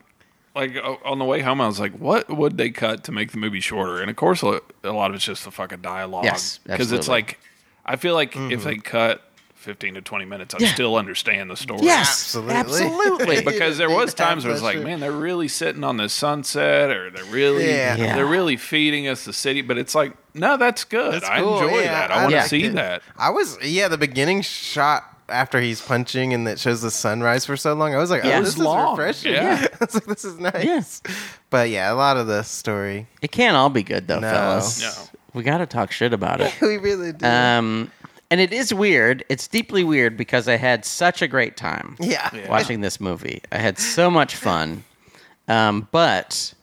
S4: like o- on the way home, I was like, "What would they cut to make the movie shorter?" And of course, a a lot of it's just the fucking dialogue.
S1: Yes,
S4: because it's
S1: absolutely.
S4: like I feel like if
S2: Mm-hmm.
S4: they cut fifteen to twenty minutes, I would still understand the story.
S1: Yes,
S2: Absolutely.
S1: absolutely.
S4: because there
S2: Yeah,
S4: was times where it was
S2: that's
S4: like,
S2: true.
S4: man, they're really sitting on the sunset, or they're really
S2: Yeah.
S1: Yeah.
S4: they're really feeding us the city. But it's like, no, that's good.
S2: That's
S4: I
S2: cool,
S4: enjoy
S2: yeah,
S4: that. I,
S2: I
S4: want to
S1: liked
S4: see
S2: it.
S4: that.
S2: I was yeah, the beginning shot after he's punching and that shows the sunrise for so long. I was like,
S1: Yeah.
S2: oh,
S1: It
S2: this
S1: was
S2: is
S4: long.
S2: refreshing.
S4: Yeah.
S2: I was like, this is nice.
S1: Yes.
S2: But yeah, a lot of the story.
S1: it can't all be good though,
S2: No.
S1: fellas.
S4: No.
S1: We got to talk shit about it.
S2: We really do.
S1: Um, and it is weird. It's deeply weird because I had such a great time.
S2: yeah.
S1: watching this movie. I had so much fun. Um, but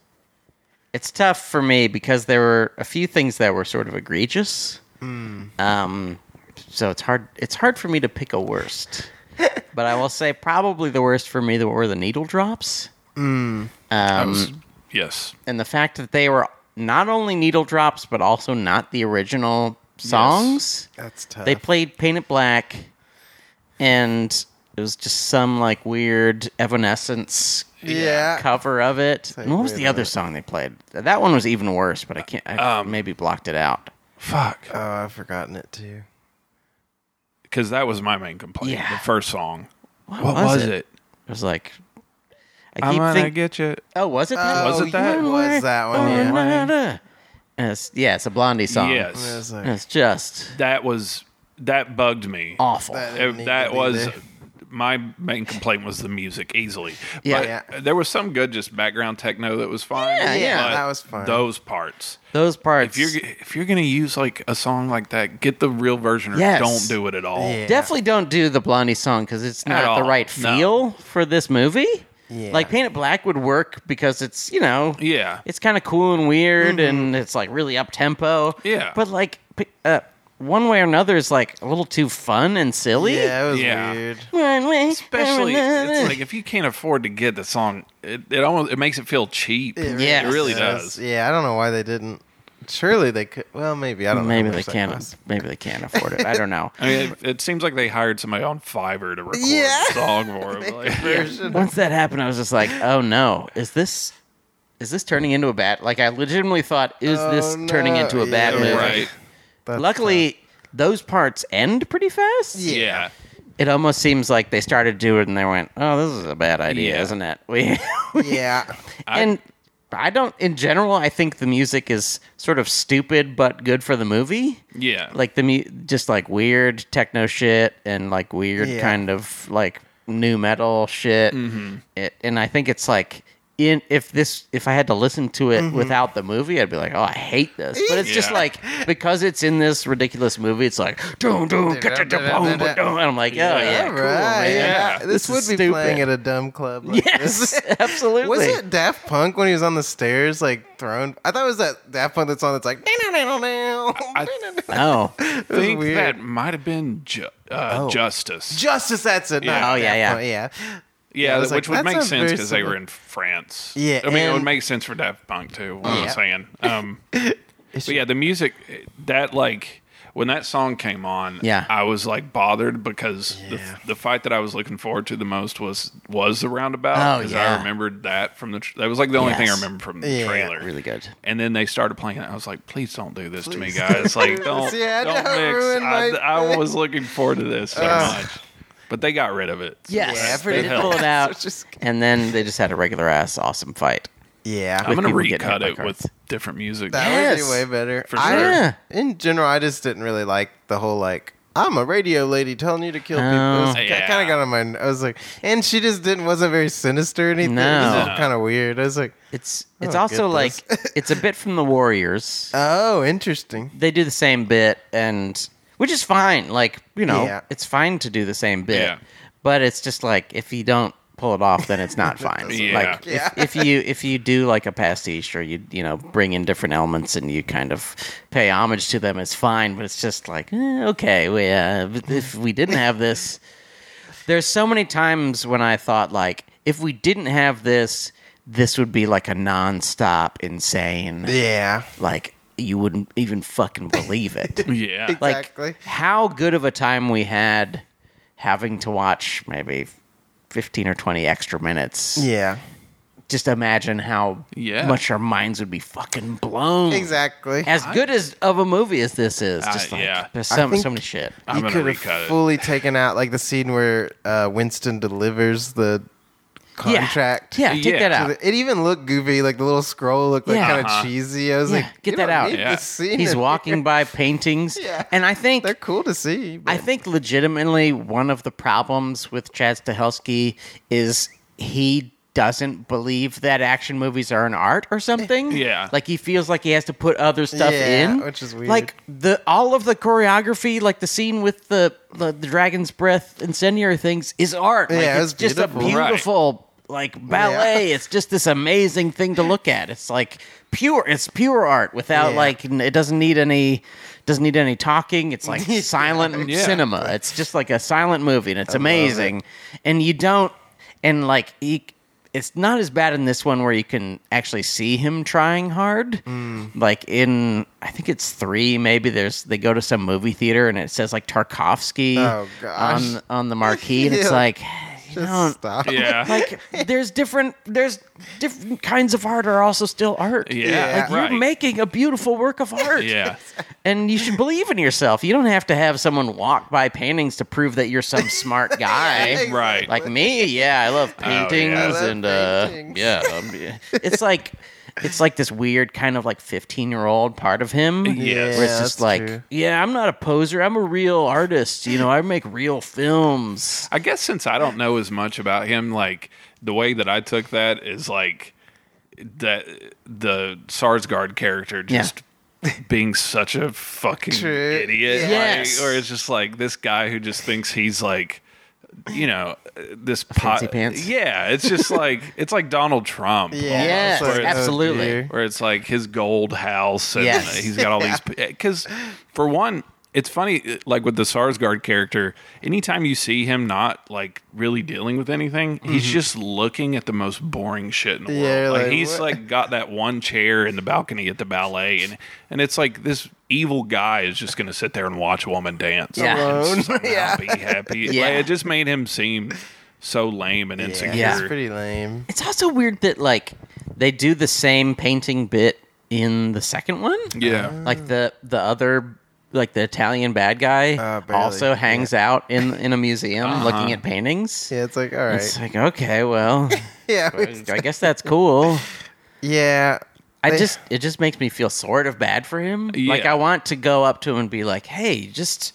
S1: it's tough for me because there were a few things that were sort of egregious. Um, so it's hard it's hard for me to pick a worst. but I will say probably the worst for me were the needle drops.
S4: I was- yes,
S1: And the fact that they were not only needle drops but also not the original songs.
S2: That's tough.
S1: They played Paint It Black, and it was just some like weird Evanescence
S2: Yeah.
S1: cover of it. And what was
S2: wait
S1: the
S2: a
S1: other song they played? That one was even worse, but I can't. I
S4: Um,
S1: maybe blocked it out.
S4: fuck,
S2: oh, I've forgotten it too.
S4: because that was my main complaint.
S1: Yeah.
S4: The first song. What,
S1: was
S4: was,
S1: it?
S4: it?
S1: It was like I
S4: I'm
S1: keep
S4: gonna
S1: thinking.
S4: get you.
S1: Oh, was it? That?
S4: Was it that?
S2: It was that one?
S1: Oh,
S2: Yeah.
S1: na- na- And it's- yeah, it's a Blondie song.
S2: I
S4: Yes,
S2: was like,
S1: And it's just
S4: that was that bugged me.
S1: awful.
S2: That-
S4: Uh,
S2: Oh, Didn't
S4: that
S2: need to be
S4: was
S2: there.
S4: my main complaint was the music easily.
S1: Yeah.
S4: But
S2: Yeah.
S4: there was some good just background techno that was fine.
S1: Yeah, yeah.
S4: but
S2: That was fine.
S4: Those parts.
S1: Those parts.
S4: If you're if you're gonna use like a song like that, get the real version or
S1: Yes.
S4: don't do it at all.
S2: Yeah.
S1: Definitely don't do the Blondie song because it's
S4: At
S1: not the
S4: all,
S1: right
S4: no.
S1: feel for this movie.
S2: Yeah.
S1: Like Paint It Black would work because it's, you know,
S4: Yeah.
S1: it's kind of cool and weird and it's like really up tempo.
S4: Mm-hmm. Yeah.
S1: But like, p- uh, one way or another is like a little too fun and silly.
S2: yeah, it was
S4: Yeah.
S2: weird.
S1: One way or
S4: Especially, it's
S1: another.
S4: like if you can't afford to get the song, it, it almost it makes it feel cheap.
S1: Yes.
S4: it really
S2: Yes.
S4: does.
S2: Yeah, I don't know why they didn't. Surely they could. Well, maybe I don't know.
S1: maybe
S2: how
S1: they
S2: much that
S1: can't.
S4: uh,
S2: cost.
S1: Maybe they can't afford it. I don't know.
S4: I mean, it, it seems like they hired somebody on Fiverr to record
S2: Yeah.
S4: the song for it. Like,
S2: Version.
S1: Once that happened, I was just like, "Oh no, is this is this turning into a bad?" Like I legitimately thought, "Is this
S2: Oh,
S1: turning
S2: no.
S1: into a bad
S2: Yeah.
S1: movie?"
S4: Right?
S2: That's
S1: Luckily, those parts end pretty fast.
S2: Yeah.
S4: yeah.
S1: It almost seems like they started doing it and they went, "Oh, this is a bad idea,
S4: Yeah.
S1: isn't it?" We
S2: tough. Yeah.
S1: and I don't. In general, I think the music is sort of stupid but good for the movie.
S4: Yeah.
S1: Like the mu- just like weird techno shit and like weird
S2: Yeah. Mm-hmm.
S1: kind of like new metal shit. It, and I think it's like. In, if this if I had to listen to it
S2: Mm-hmm.
S1: without the movie, I'd be like, oh, I hate this. But it's just
S4: Yeah.
S1: like because it's in this ridiculous movie, it's like, don't don't get the diploma, don't. and I'm like, oh yeah,
S2: All
S1: cool,
S2: right.
S1: man.
S2: Yeah. This,
S1: This
S2: would
S1: is
S2: be
S1: stupid.
S2: playing at a dumb club. Like
S1: Yes, absolutely.
S2: Was it Daft Punk when he was on the stairs, like thrown? I thought it was that Daft Punk that song that's like.
S4: I
S1: Oh,
S2: was
S4: think
S2: weird.
S4: that might have been ju- uh,
S2: Oh.
S4: Justice.
S2: Justice, that's it. not
S1: Yeah. Oh, yeah,
S2: Daft
S1: yeah.
S2: Punk,
S4: yeah,
S2: I was
S4: which
S2: like,
S4: would
S2: that
S4: make
S2: sounds
S4: sense
S2: very
S4: because they
S2: similar.
S4: were in France.
S2: Yeah,
S4: I mean, it would
S2: and-
S4: make sense for Daft Punk too. What I'm
S2: Yeah.
S4: saying. Um, but yeah, the music that like when that song came on,
S1: Yeah.
S4: I was like bothered because
S2: Yeah.
S4: the, the fight that I was looking forward to the most was was the roundabout.
S1: Oh,
S4: 'cause
S1: yeah.
S4: I remembered that from the. Tr- that was like the only thing I
S1: Yes.
S4: remember from the
S2: Yeah.
S4: trailer.
S1: really good.
S4: And then they started playing it. I was like, please don't do this to me, guys. Like, don't,
S2: Yeah, don't
S4: don't, mix.
S2: ruin
S4: I,
S2: my
S4: I was looking forward to this so much. But they got rid of it. So
S1: Yes,
S2: Yeah,
S1: they
S2: pretty
S1: did
S4: much.
S1: pull it out,
S2: Just-
S1: and then they just had a regular ass awesome fight.
S2: Yeah.
S4: I'm
S1: with
S4: going to
S1: people getting hit
S4: recut
S1: by
S4: it
S1: cars.
S4: with different music.
S2: That would
S1: Yes.
S2: be way better.
S4: For
S2: I-
S4: sure.
S1: Yeah.
S2: In general, I just didn't really like the whole like I'm a radio lady telling you to kill people. It was,
S1: Oh.
S4: Yeah.
S2: kind of got on my. I was like, and she just didn't wasn't very sinister or anything.
S1: No.
S2: It was kind of weird. I was like,
S1: It's
S2: I
S1: it's
S2: don't
S1: also
S2: get
S1: like
S2: this.
S1: it's a bit from the Warriors.
S2: oh, interesting.
S1: They do the same bit, and which is fine. Like you know,
S2: Yeah.
S1: it's fine to do the same bit,
S4: Yeah.
S1: but it's just like if you don't pull it off, then it's not fine.
S4: Yeah.
S1: Like
S2: Yeah.
S1: if, if you if you do like a pastiche or you you know bring in different elements and you kind of pay homage to them, it's fine. But it's just like eh, okay, we, uh, if we didn't have this, there's so many times when I thought like if we didn't have this, this would be like a nonstop insane
S2: Yeah.
S1: like you wouldn't even fucking believe it.
S4: Yeah.
S1: like
S2: Exactly.
S1: how good of a time we had having to watch maybe 15 or 20 extra minutes
S2: Yeah.
S1: just imagine how
S4: Yeah.
S1: much our minds would be fucking blown.
S2: Exactly.
S1: As good as of a movie as this is,
S4: Uh,
S1: just like
S4: yeah.
S1: there's
S2: I
S1: so,
S2: think-
S1: so many shit.
S4: I'm
S2: you
S4: gonna
S2: could
S4: recut
S2: have
S4: it.
S2: fully taken out like the scene where uh, Winston delivers the
S1: Yeah.
S2: contract.
S1: Yeah, take
S4: Yeah.
S1: that
S2: So
S1: out.
S2: the- It even looked goofy, like the little scroll looked like
S1: Yeah.
S2: kind of
S4: Uh-huh.
S2: cheesy. I was
S1: Yeah,
S2: like,
S1: get
S2: you
S1: that
S2: don't
S1: out.
S2: need
S4: Yeah.
S2: this scene
S1: He's
S2: in
S1: walking
S2: here.
S1: by paintings,
S2: Yeah.
S1: and I think
S2: They're cool to see.
S1: I
S2: But
S1: think legitimately one of the problems with Chad Stahelski is he doesn't believe that action movies are an art or something.
S4: Yeah.
S1: Like he feels like he has to put other stuff
S2: Yeah,
S1: in.
S2: which is weird.
S1: Like the all of the choreography, like the scene with the the, the dragon's breath incendiary things is art. Like
S2: Yeah, it
S1: it's
S2: was
S1: just a
S2: beautiful.
S4: Right.
S1: beautiful like ballet. It's just this amazing thing to look at. It's like pure it's pure art without
S2: Yeah.
S1: like n- it doesn't need any doesn't need any talking. It's like
S2: Yeah.
S1: silent
S4: Yeah.
S1: cinema. It's just like a silent movie, and it's amazing. And you don't, and like he, it's not as bad in this one where you can actually see him trying hard.
S2: Mm.
S1: Like in, I think it's three. Maybe there's they go to some movie theater and it says like Tarkovsky
S2: Oh, gosh.
S1: on on the marquee, and it's
S2: Yeah.
S1: like. You
S2: just
S1: don't,
S2: stop.
S4: Yeah.
S1: like there's different there's different kinds of art are also still art.
S4: Yeah,
S1: Like, you're
S4: right.
S1: making a beautiful work of art.
S4: Yeah.
S1: And you should believe in yourself. You don't have to have someone walk by paintings to prove that you're some smart guy.
S2: Exactly.
S4: Right.
S1: Like me, yeah, I love paintings
S4: I
S2: love
S1: and uh
S2: paintings.
S1: yeah, um, yeah. It's like it's like this weird kind of like 15-year-old part of him
S4: Yes.
S1: where it's
S2: Yeah,
S1: just
S2: that's
S1: like,
S2: true.
S1: yeah, I'm not a poser. I'm a real artist. You know, I make real films.
S4: I guess since I don't know as much about him, like the way that I took that is like that the Sarsgaard character
S1: Yeah.
S4: just being such a fucking
S2: True.
S4: idiot,
S1: Yes.
S4: like, or it's just like this guy who just thinks he's like, you know, this pot.
S1: fancy pants?
S4: Yeah, it's just like it's like Donald Trump.
S2: Yeah.
S1: Yes,
S2: That's what-
S1: absolutely.
S2: oh, dear.
S4: Where it's like his gold house, and uh,
S1: Yes.
S4: he's got all these. Because for one, it's funny, uh, like with the Sarsgaard character. Anytime you see him not like really dealing with anything, he's just looking at the most boring shit in the
S2: Yeah,
S4: world. Like,
S2: like,
S4: he's
S2: what?
S4: like got that one chair in the balcony at the ballet, and and it's like this evil guy is just gonna sit there and watch a woman dance
S1: Yeah.
S4: and
S2: Alone.
S4: somehow
S2: Yeah.
S4: be happy.
S1: Yeah.
S4: Like, it just made him seem so lame and insecure.
S1: Yeah.
S2: It's pretty lame.
S1: It's also weird that like they do the same painting bit in the second one.
S2: Mm.
S4: Yeah.
S1: Like the the other like the Italian bad guy
S2: Uh, barely.
S1: also hangs out in in a museum
S4: Uh-huh.
S1: looking at paintings.
S2: Yeah, it's like all
S1: It's
S2: right.
S1: like okay, well,
S2: Yeah,
S1: I guess that's cool.
S2: yeah.
S1: I
S2: They-
S1: just it just makes me feel sort of bad for him.
S4: Yeah.
S1: Like I want to go up to him and be like, "Hey, just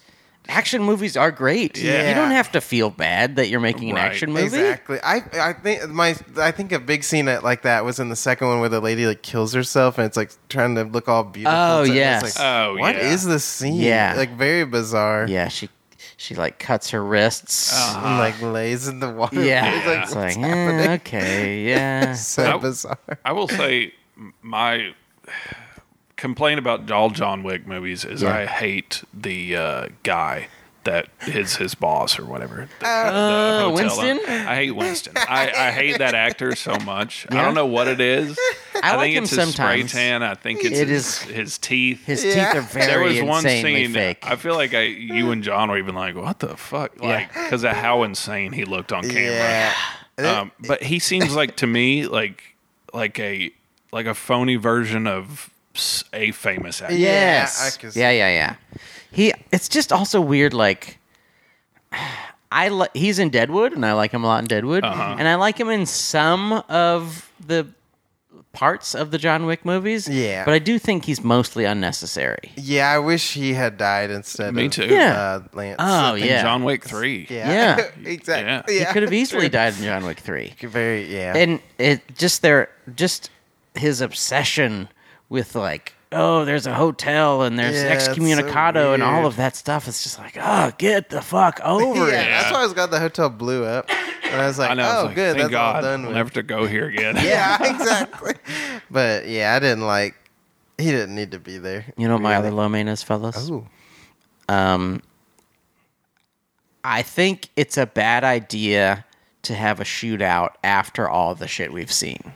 S1: action movies are great.
S4: Yeah.
S1: You don't have to feel bad that you're making an
S4: Right.
S1: action movie."
S2: Exactly. I I think my I think a big scene that like that was in the second one where the lady like kills herself and it's like trying to look all beautiful.
S1: Oh,
S2: It's like-
S1: yes.
S2: It's like,
S4: Oh,
S2: what
S4: yeah.
S2: is this scene?
S1: Yeah.
S2: like very bizarre.
S1: Yeah, she she like cuts her wrists.
S4: Uh-huh.
S2: and, like lays in the water.
S1: Yeah.
S2: It's like,
S1: It's
S2: what's
S1: like,
S2: happening?
S1: eh, okay, yeah.
S2: So
S4: Nope.
S2: bizarre.
S4: I will say m- my complaint about all John Wick movies is I hate the uh, guy that is his boss or whatever. The-
S1: Oh,
S4: the hotel
S1: Winston?
S4: owner. I hate Winston. I, I hate that actor so much. I
S1: Yeah?
S4: don't know what it is.
S1: I like
S4: think
S1: him
S4: it's his
S1: sometimes.
S4: spray tan. I think it's
S1: It
S4: his,
S1: is-
S4: his teeth.
S1: His
S2: Yeah.
S1: teeth are very
S4: there was one
S1: insanely
S4: scene.
S1: fake.
S4: I feel like I, you and John were even like, "What the fuck?" Like because of how insane he looked on camera
S2: Yeah.
S4: um, but he seems like to me like like a like a phony version of s- a famous actor.
S2: Yeah,
S1: yes.
S2: I can see-
S1: Yeah, yeah, yeah. He. It's just also weird. Like, I li- he's in Deadwood, and I like him a lot in Deadwood, and I like him in some of the parts of the John Wick movies.
S2: Yeah.
S1: but I do think he's mostly unnecessary.
S2: Yeah, I wish he had died instead
S4: Me
S2: of
S4: too.
S1: Yeah.
S2: uh, Lance.
S1: Oh
S4: In
S1: yeah,
S4: John Wick three.
S2: Yeah.
S1: Yeah.
S2: exactly.
S1: he
S2: Yeah.
S1: could have easily died in John Wick three.
S2: Very yeah.
S1: and it just their just his obsession with like oh there's a hotel and there's
S2: Yeah, it's so
S1: excommunicado and all
S2: weird.
S1: of that stuff it's just like oh get the fuck over
S2: yeah,
S1: it
S2: that's why I was glad the hotel blew up. And I was like,
S4: I know. I was
S2: oh,
S4: like,
S2: good,
S4: Thank
S2: that's
S4: God.
S2: all done
S4: we'll
S2: with.
S4: never to go here again.
S2: yeah, exactly. But yeah, I didn't like. He didn't need to be there.
S1: you know what my other low main is fellas
S2: Ooh.
S1: um i think it's a bad idea to have a shootout after all the shit we've seen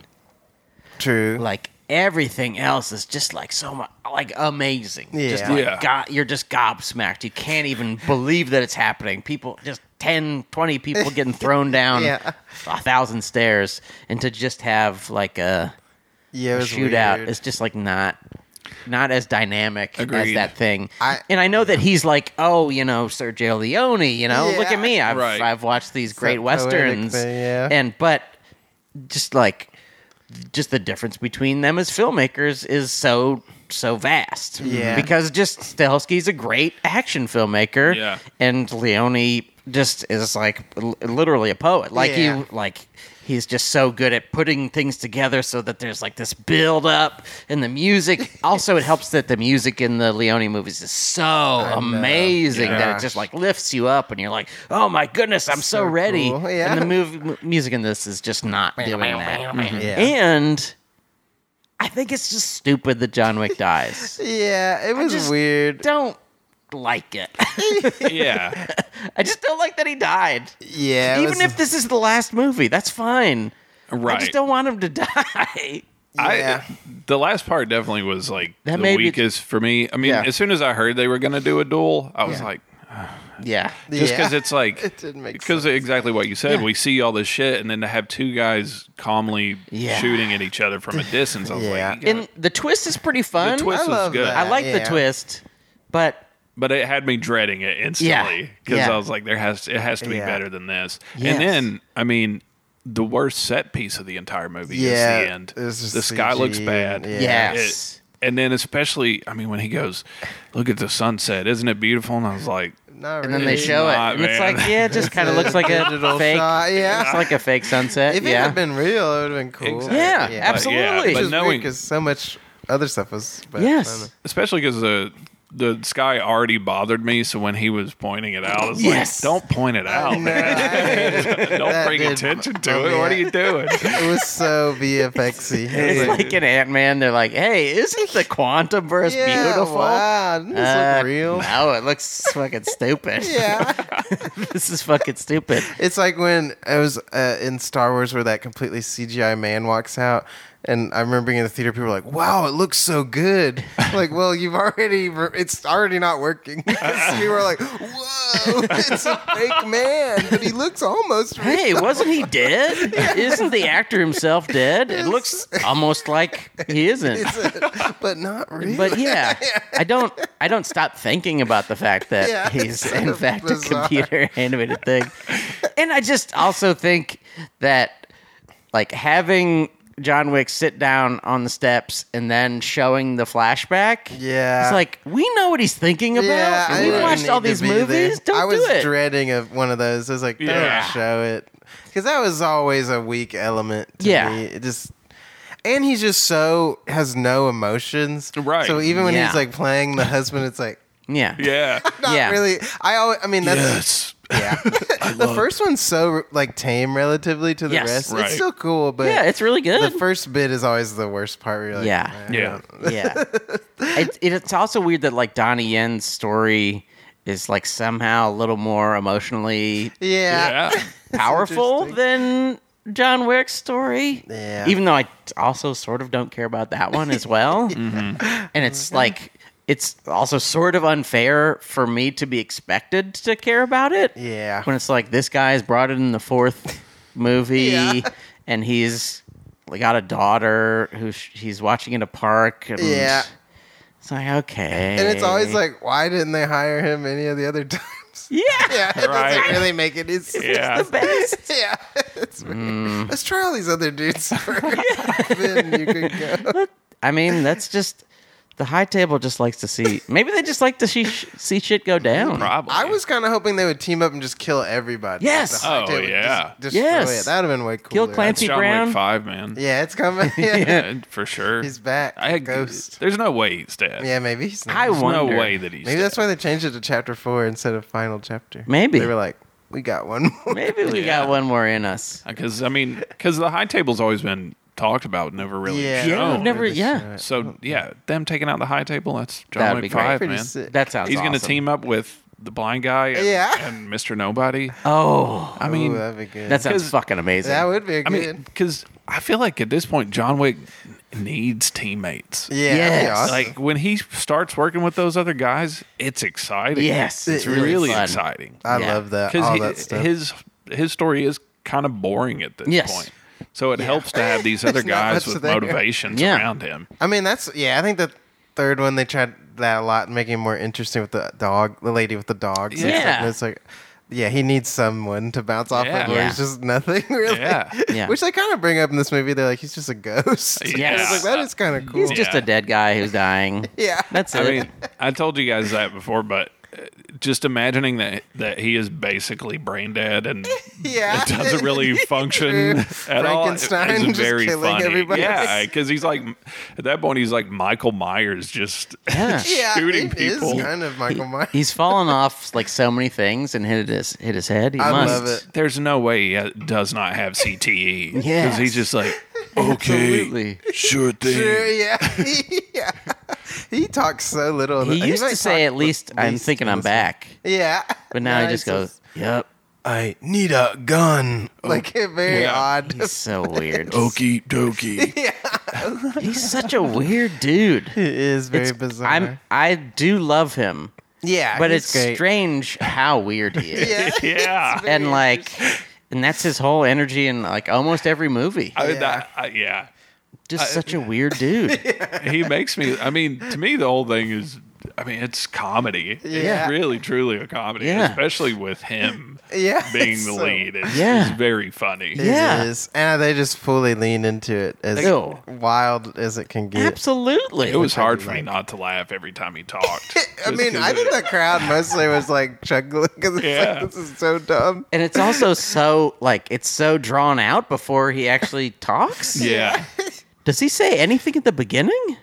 S2: True.
S1: like everything else is just like so much like amazing just
S2: Yeah.
S1: like
S4: Yeah.
S1: go- you're just gobsmacked you can't even believe that it's happening people just 10, 20 people getting thrown down
S2: Yeah.
S1: a thousand stairs, and to just have like a
S2: Yeah, it was
S1: shootout
S2: weird.
S1: is just like not not as dynamic as
S4: Agreed.
S1: that thing.
S2: I-
S1: and I know that he's like, oh, you know, Sergio Leone. You know, look
S2: Yeah.
S1: at me. I've
S4: Right.
S1: I've watched these great
S2: poetic
S1: westerns,
S2: thing, yeah.
S1: and but just like just the difference between them as filmmakers is so so vast.
S2: Yeah.
S1: because just Stahelski's a great action filmmaker,
S4: Yeah.
S1: and Leone just is like l- literally a poet. Like
S2: Yeah.
S1: he like he's just so good at putting things together so that there's like this build up and the music. also, it helps that the music in the Leone movies is so amazing that
S2: Yeah.
S1: it just like lifts you up and you're like, oh my goodness, I'm so,
S2: So
S1: ready.
S2: cool. Yeah.
S1: And the mov- m- music in this is just not doing that. Mm-hmm.
S2: Yeah.
S1: And I think it's just stupid that John Wick dies.
S2: yeah, it was
S1: just
S2: weird.
S1: don't like it.
S4: yeah.
S1: I just don't like that he died.
S2: Yeah, it
S1: Even
S2: was-
S1: if this is the last movie, that's fine. I
S4: Right.
S1: just don't want him to die.
S4: I-
S2: Yeah.
S4: the last part definitely was like
S1: That
S4: the
S1: may be-
S4: weakest for me. I mean,
S1: Yeah.
S4: as soon as I heard they were going to do a duel, I was like,
S1: Yeah.
S4: just
S2: Yeah.
S4: because it's like
S2: It didn't make
S4: because exactly what you said.
S1: Yeah.
S4: We see all this shit, and then to have two guys calmly
S1: Yeah.
S4: shooting at each other from a distance, I was
S2: Yeah.
S4: like, you
S1: And the twist is pretty fun.
S4: gotta- the twist
S2: I
S4: was
S2: love
S4: good,
S2: that.
S1: I like the
S2: Yeah.
S1: twist, but
S4: but it had me dreading it instantly because
S1: Yeah.
S4: I was like, there has it has to be
S2: Yeah.
S4: better than this.
S1: Yes.
S4: And then, I mean. The worst set piece of the entire movie
S2: Yeah,
S4: is the end.
S2: it was just
S4: the sky
S2: CG,
S4: looks bad.
S2: yeah.
S4: It-
S1: yes.
S4: and then especially, I mean, when he goes, look at the sunset, isn't it beautiful? And I was like,
S2: Not
S1: and then
S2: really.
S1: they show it.
S4: not,
S1: and it's
S4: man.
S1: like, yeah, it just kind of looks like a
S2: digital
S1: fake.
S2: shot,
S1: It's
S2: Yeah,
S1: like a fake sunset.
S2: if it
S1: yeah.
S2: had been real, it would have been cool.
S4: Exactly.
S1: yeah,
S4: Yeah.
S1: absolutely.
S4: But
S2: Which is
S4: knowing-
S2: because so much other stuff was. Bad.
S1: yes.
S4: especially because the the sky already bothered me. So when he was pointing it out, I was
S1: Yes.
S4: like, don't point it out,
S2: No,
S4: Oh, man.
S2: I-
S4: Don't
S2: that
S4: bring
S2: did-
S4: attention to
S2: oh,
S4: it. What are
S2: yeah.
S4: you doing?
S2: it was so VFXy.
S1: It's
S2: It was
S1: like an Ant Man. They're like, hey, isn't the quantum verse
S2: yeah,
S1: beautiful?
S2: Wow, doesn't this
S1: Uh,
S2: look real?
S1: No, it looks fucking stupid.
S2: Yeah.
S1: this is fucking stupid.
S2: It's like when I was uh, in Star Wars where that completely CGI man walks out. And I remember being in the theater, people were like, wow, it looks so good. I'm like, well, you've already, re- it's already not working. we were like, whoa, it's a fake man, but he looks almost real.
S1: Hey, wasn't he dead? Isn't the actor himself dead? It looks almost like he isn't.
S2: but not real.
S1: But yeah, I don't. I don't stop thinking about the fact that
S2: Yeah,
S1: he's
S2: it's
S1: in
S2: so
S1: fact
S2: bizarre.
S1: a computer animated thing, and I just also think that like having John Wick sit down on the steps and then showing the flashback.
S2: Yeah.
S1: it's like we know what he's thinking about.
S2: Yeah, I
S1: and we've
S2: didn't
S1: watched
S2: need
S1: all
S2: to
S1: these
S2: be there.
S1: movies. Don't
S2: I was
S1: do it.
S2: dreading of one of those. I was like, don't
S4: Yeah.
S2: show it, because that was always a weak element. To
S1: Yeah.
S2: me. it just and he's just so has no emotions.
S4: Right.
S2: So even when
S1: Yeah.
S2: he's like playing the husband, it's like
S1: yeah,
S4: Yeah.
S2: not
S1: Yeah.
S2: really. I always, I mean, that's
S4: yes.
S2: yeah. the first one's so like tame relatively to the
S1: Yes.
S2: rest.
S4: Right.
S2: It's still cool, but
S1: yeah, it's really good.
S2: the first bit is always the worst part. Where you're like,
S1: Yeah.
S2: "Man,
S4: Yeah.
S1: yeah. It, it, it's also weird that like Donnie Yen's story is like somehow a little more emotionally
S2: yeah,
S4: Yeah.
S1: powerful than John Wick's story.
S2: Yeah.
S1: Even though I also sort of don't care about that one as well.
S2: Mm-hmm.
S1: And it's like it's also sort of unfair for me to be expected to care about it.
S2: Yeah.
S1: When it's like this guy's brought it in the fourth movie
S2: Yeah.
S1: and he's got a daughter who sh- he's watching in a park and
S2: Yeah.
S1: it's like okay.
S2: And it's always like, why didn't they hire him any of the other times?
S1: Yeah.
S2: Yeah, it
S4: Right.
S2: doesn't really make it. It's,
S4: Yeah.
S1: The best.
S2: yeah. It's weird.
S1: Mm.
S2: Let's try all these other dudes first. then you can go.
S1: I mean, that's just the high table just likes to see. Maybe they just like to see see shit go down.
S4: Probably.
S2: I was kind of hoping they would team up and just kill everybody. Like,
S1: Yes.
S2: the High
S4: Oh,
S2: Tide would
S4: yeah.
S2: just destroy
S1: Yes.
S2: it. That would have been way
S1: Kill
S2: cooler.
S1: Clancy
S4: It's John
S1: Brown.
S4: Wick Five, man.
S2: Yeah, it's coming. Yeah.
S4: Yeah, for sure.
S2: He's back.
S4: I had
S2: Ghost.
S4: There's no way he's dead.
S2: Yeah, maybe he's not.
S1: I
S4: There's no
S1: wonder.
S4: way that he's.
S2: Maybe that's
S4: dead.
S2: why they changed it to chapter four instead of final chapter.
S1: Maybe.
S2: They were like, we got one more.
S1: Maybe we
S4: Yeah.
S1: got one more in us.
S4: Because I mean, because the high table's always been talked about, never really
S2: Yeah.
S1: Yeah,
S4: shown.
S1: we've never.
S2: Maybe
S1: Yeah,
S4: So yeah, them taking out the high table. That's John
S1: That'd be
S4: Wick
S1: great.
S4: Five,
S2: Pretty
S4: man.
S2: sick.
S1: that sounds.
S4: He's going to
S1: awesome.
S4: team up with the blind guy and,
S2: Yeah.
S4: and Mr. Nobody.
S1: Oh,
S4: I mean,
S2: Ooh, that'd be good.
S1: that sounds
S4: Because-
S1: fucking amazing.
S2: that would be a
S4: I
S2: good.
S4: mean, because I feel like at this point, John Wick needs teammates.
S2: Yeah. that'd be
S1: Yes.
S2: awesome.
S4: Like when he starts working with those other guys, it's exciting.
S1: Yes, it's
S4: it's
S1: really
S4: really
S1: fun.
S4: exciting.
S2: I
S1: yeah.
S2: love that. All that
S4: Because
S2: stuff.
S4: his his story is kind of boring at this
S1: Yes.
S4: point, so it helps to have these other
S2: There's not
S4: guys
S2: much
S4: with
S2: there.
S4: motivations
S1: Yeah.
S4: around him.
S2: I mean, that's yeah. I think the third one they tried that a lot, making it more interesting with the dog, the lady with the dogs. and stuff.
S1: Yeah.
S2: And it's like. Yeah, he needs someone to bounce off
S4: Yeah.
S2: of, or he's
S1: Yeah.
S2: just nothing really.
S4: Yeah.
S1: Yeah.
S2: Which they kind of bring up in this movie. They're like, he's just a ghost.
S4: Yeah.
S2: I was like, that is kind of cool.
S1: He's just
S4: Yeah.
S1: a dead guy who's dying.
S2: yeah,
S1: That's it.
S4: I mean, I told you guys that before, but uh, just imagining that that he is basically brain dead and
S2: Yeah.
S4: it doesn't really function at all.
S2: Frankenstein
S4: It's
S2: just
S4: very
S2: killing
S4: funny.
S2: everybody.
S4: Yeah, because he's like at that point he's like Michael Myers, just
S1: Yeah.
S2: yeah,
S4: shooting
S2: it is
S4: people.
S2: kind of Michael Myers.
S1: He's fallen off like so many things and hit his hit his head. He
S2: I
S1: must.
S2: love it.
S4: There's no way he ha- does not have CTE. because
S1: Yes.
S4: he's just like
S3: Okay.
S1: Absolutely.
S3: Sure thing.
S2: Sure, yeah, yeah. He talks so little.
S1: He used
S2: might
S1: to say,
S2: talk
S1: "At least
S2: the
S1: I'm
S2: least
S1: thinking
S2: in
S1: I'm
S2: this
S1: back,"
S2: one. Yeah,
S1: but now he just goes, "Yep."
S2: "I need a gun."
S4: Oh.
S2: Like very
S4: Yeah.
S2: odd.
S1: He's so weird.
S3: Okie dokie.
S1: He's such a weird dude.
S2: It is very
S1: It's-
S2: bizarre.
S1: I'm, I do love him,
S2: yeah,
S1: but
S2: he's
S1: it's
S2: great.
S1: strange how weird he is,
S2: Yeah,
S4: yeah.
S2: It's very
S1: and like, and that's his whole energy in like almost every
S2: Uh,
S1: movie.
S4: I, that, I, yeah.
S1: Just such a weird dude.
S4: he makes me. I mean, to me, the whole thing is. I mean, it's comedy.
S2: Yeah.
S4: It's really, truly a comedy,
S1: Yeah.
S4: especially with him
S2: Yeah,
S4: being
S2: it's
S4: the
S2: so-
S4: lead. It's,
S1: Yeah.
S4: it's very funny.
S2: It
S1: Yeah.
S2: is. and they just fully lean into it as
S1: Ew.
S2: wild as it can get.
S1: Absolutely.
S4: It was hard for me not to laugh every time he talked.
S2: I
S4: Just
S2: mean,
S4: 'cause
S2: I
S4: it-
S2: think the crowd mostly was like chuckling because it's
S4: Yeah.
S2: like this is so dumb.
S1: and it's also so like it's so drawn out before he actually talks.
S4: Yeah.
S1: Does he say anything at the beginning?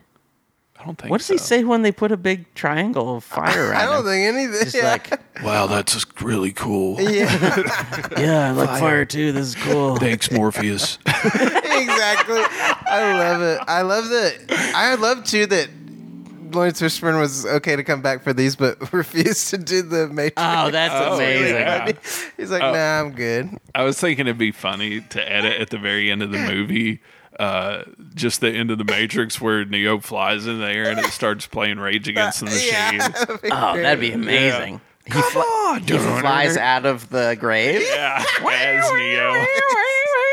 S4: I don't think
S1: What does he
S4: so.
S1: say when they put a big triangle of fire around
S2: I don't
S1: him?
S2: think anything.
S1: Just
S2: yeah.
S1: like,
S3: Wow, that's just really cool.
S2: yeah,
S1: yeah, I like fire. too. This is cool.
S3: Thanks, Morpheus.
S2: exactly. I love it. I love that. I love too that Lawrence Fishburne was okay to come back for these, but refused to do the Matrix.
S1: Oh, that's
S4: Oh,
S1: amazing.
S4: yeah.
S2: He's like, nah, I'm good.
S4: I was thinking it'd be funny to edit at the very end of the movie, uh, just the end of the Matrix where Neo flies in the air and it starts playing Rage Against the
S2: Uh,
S4: Machine.
S2: Yeah, that'd be
S1: Oh,
S2: great.
S1: that'd be amazing. He, fl- he flies out of the grave.
S4: Yeah, as Neo.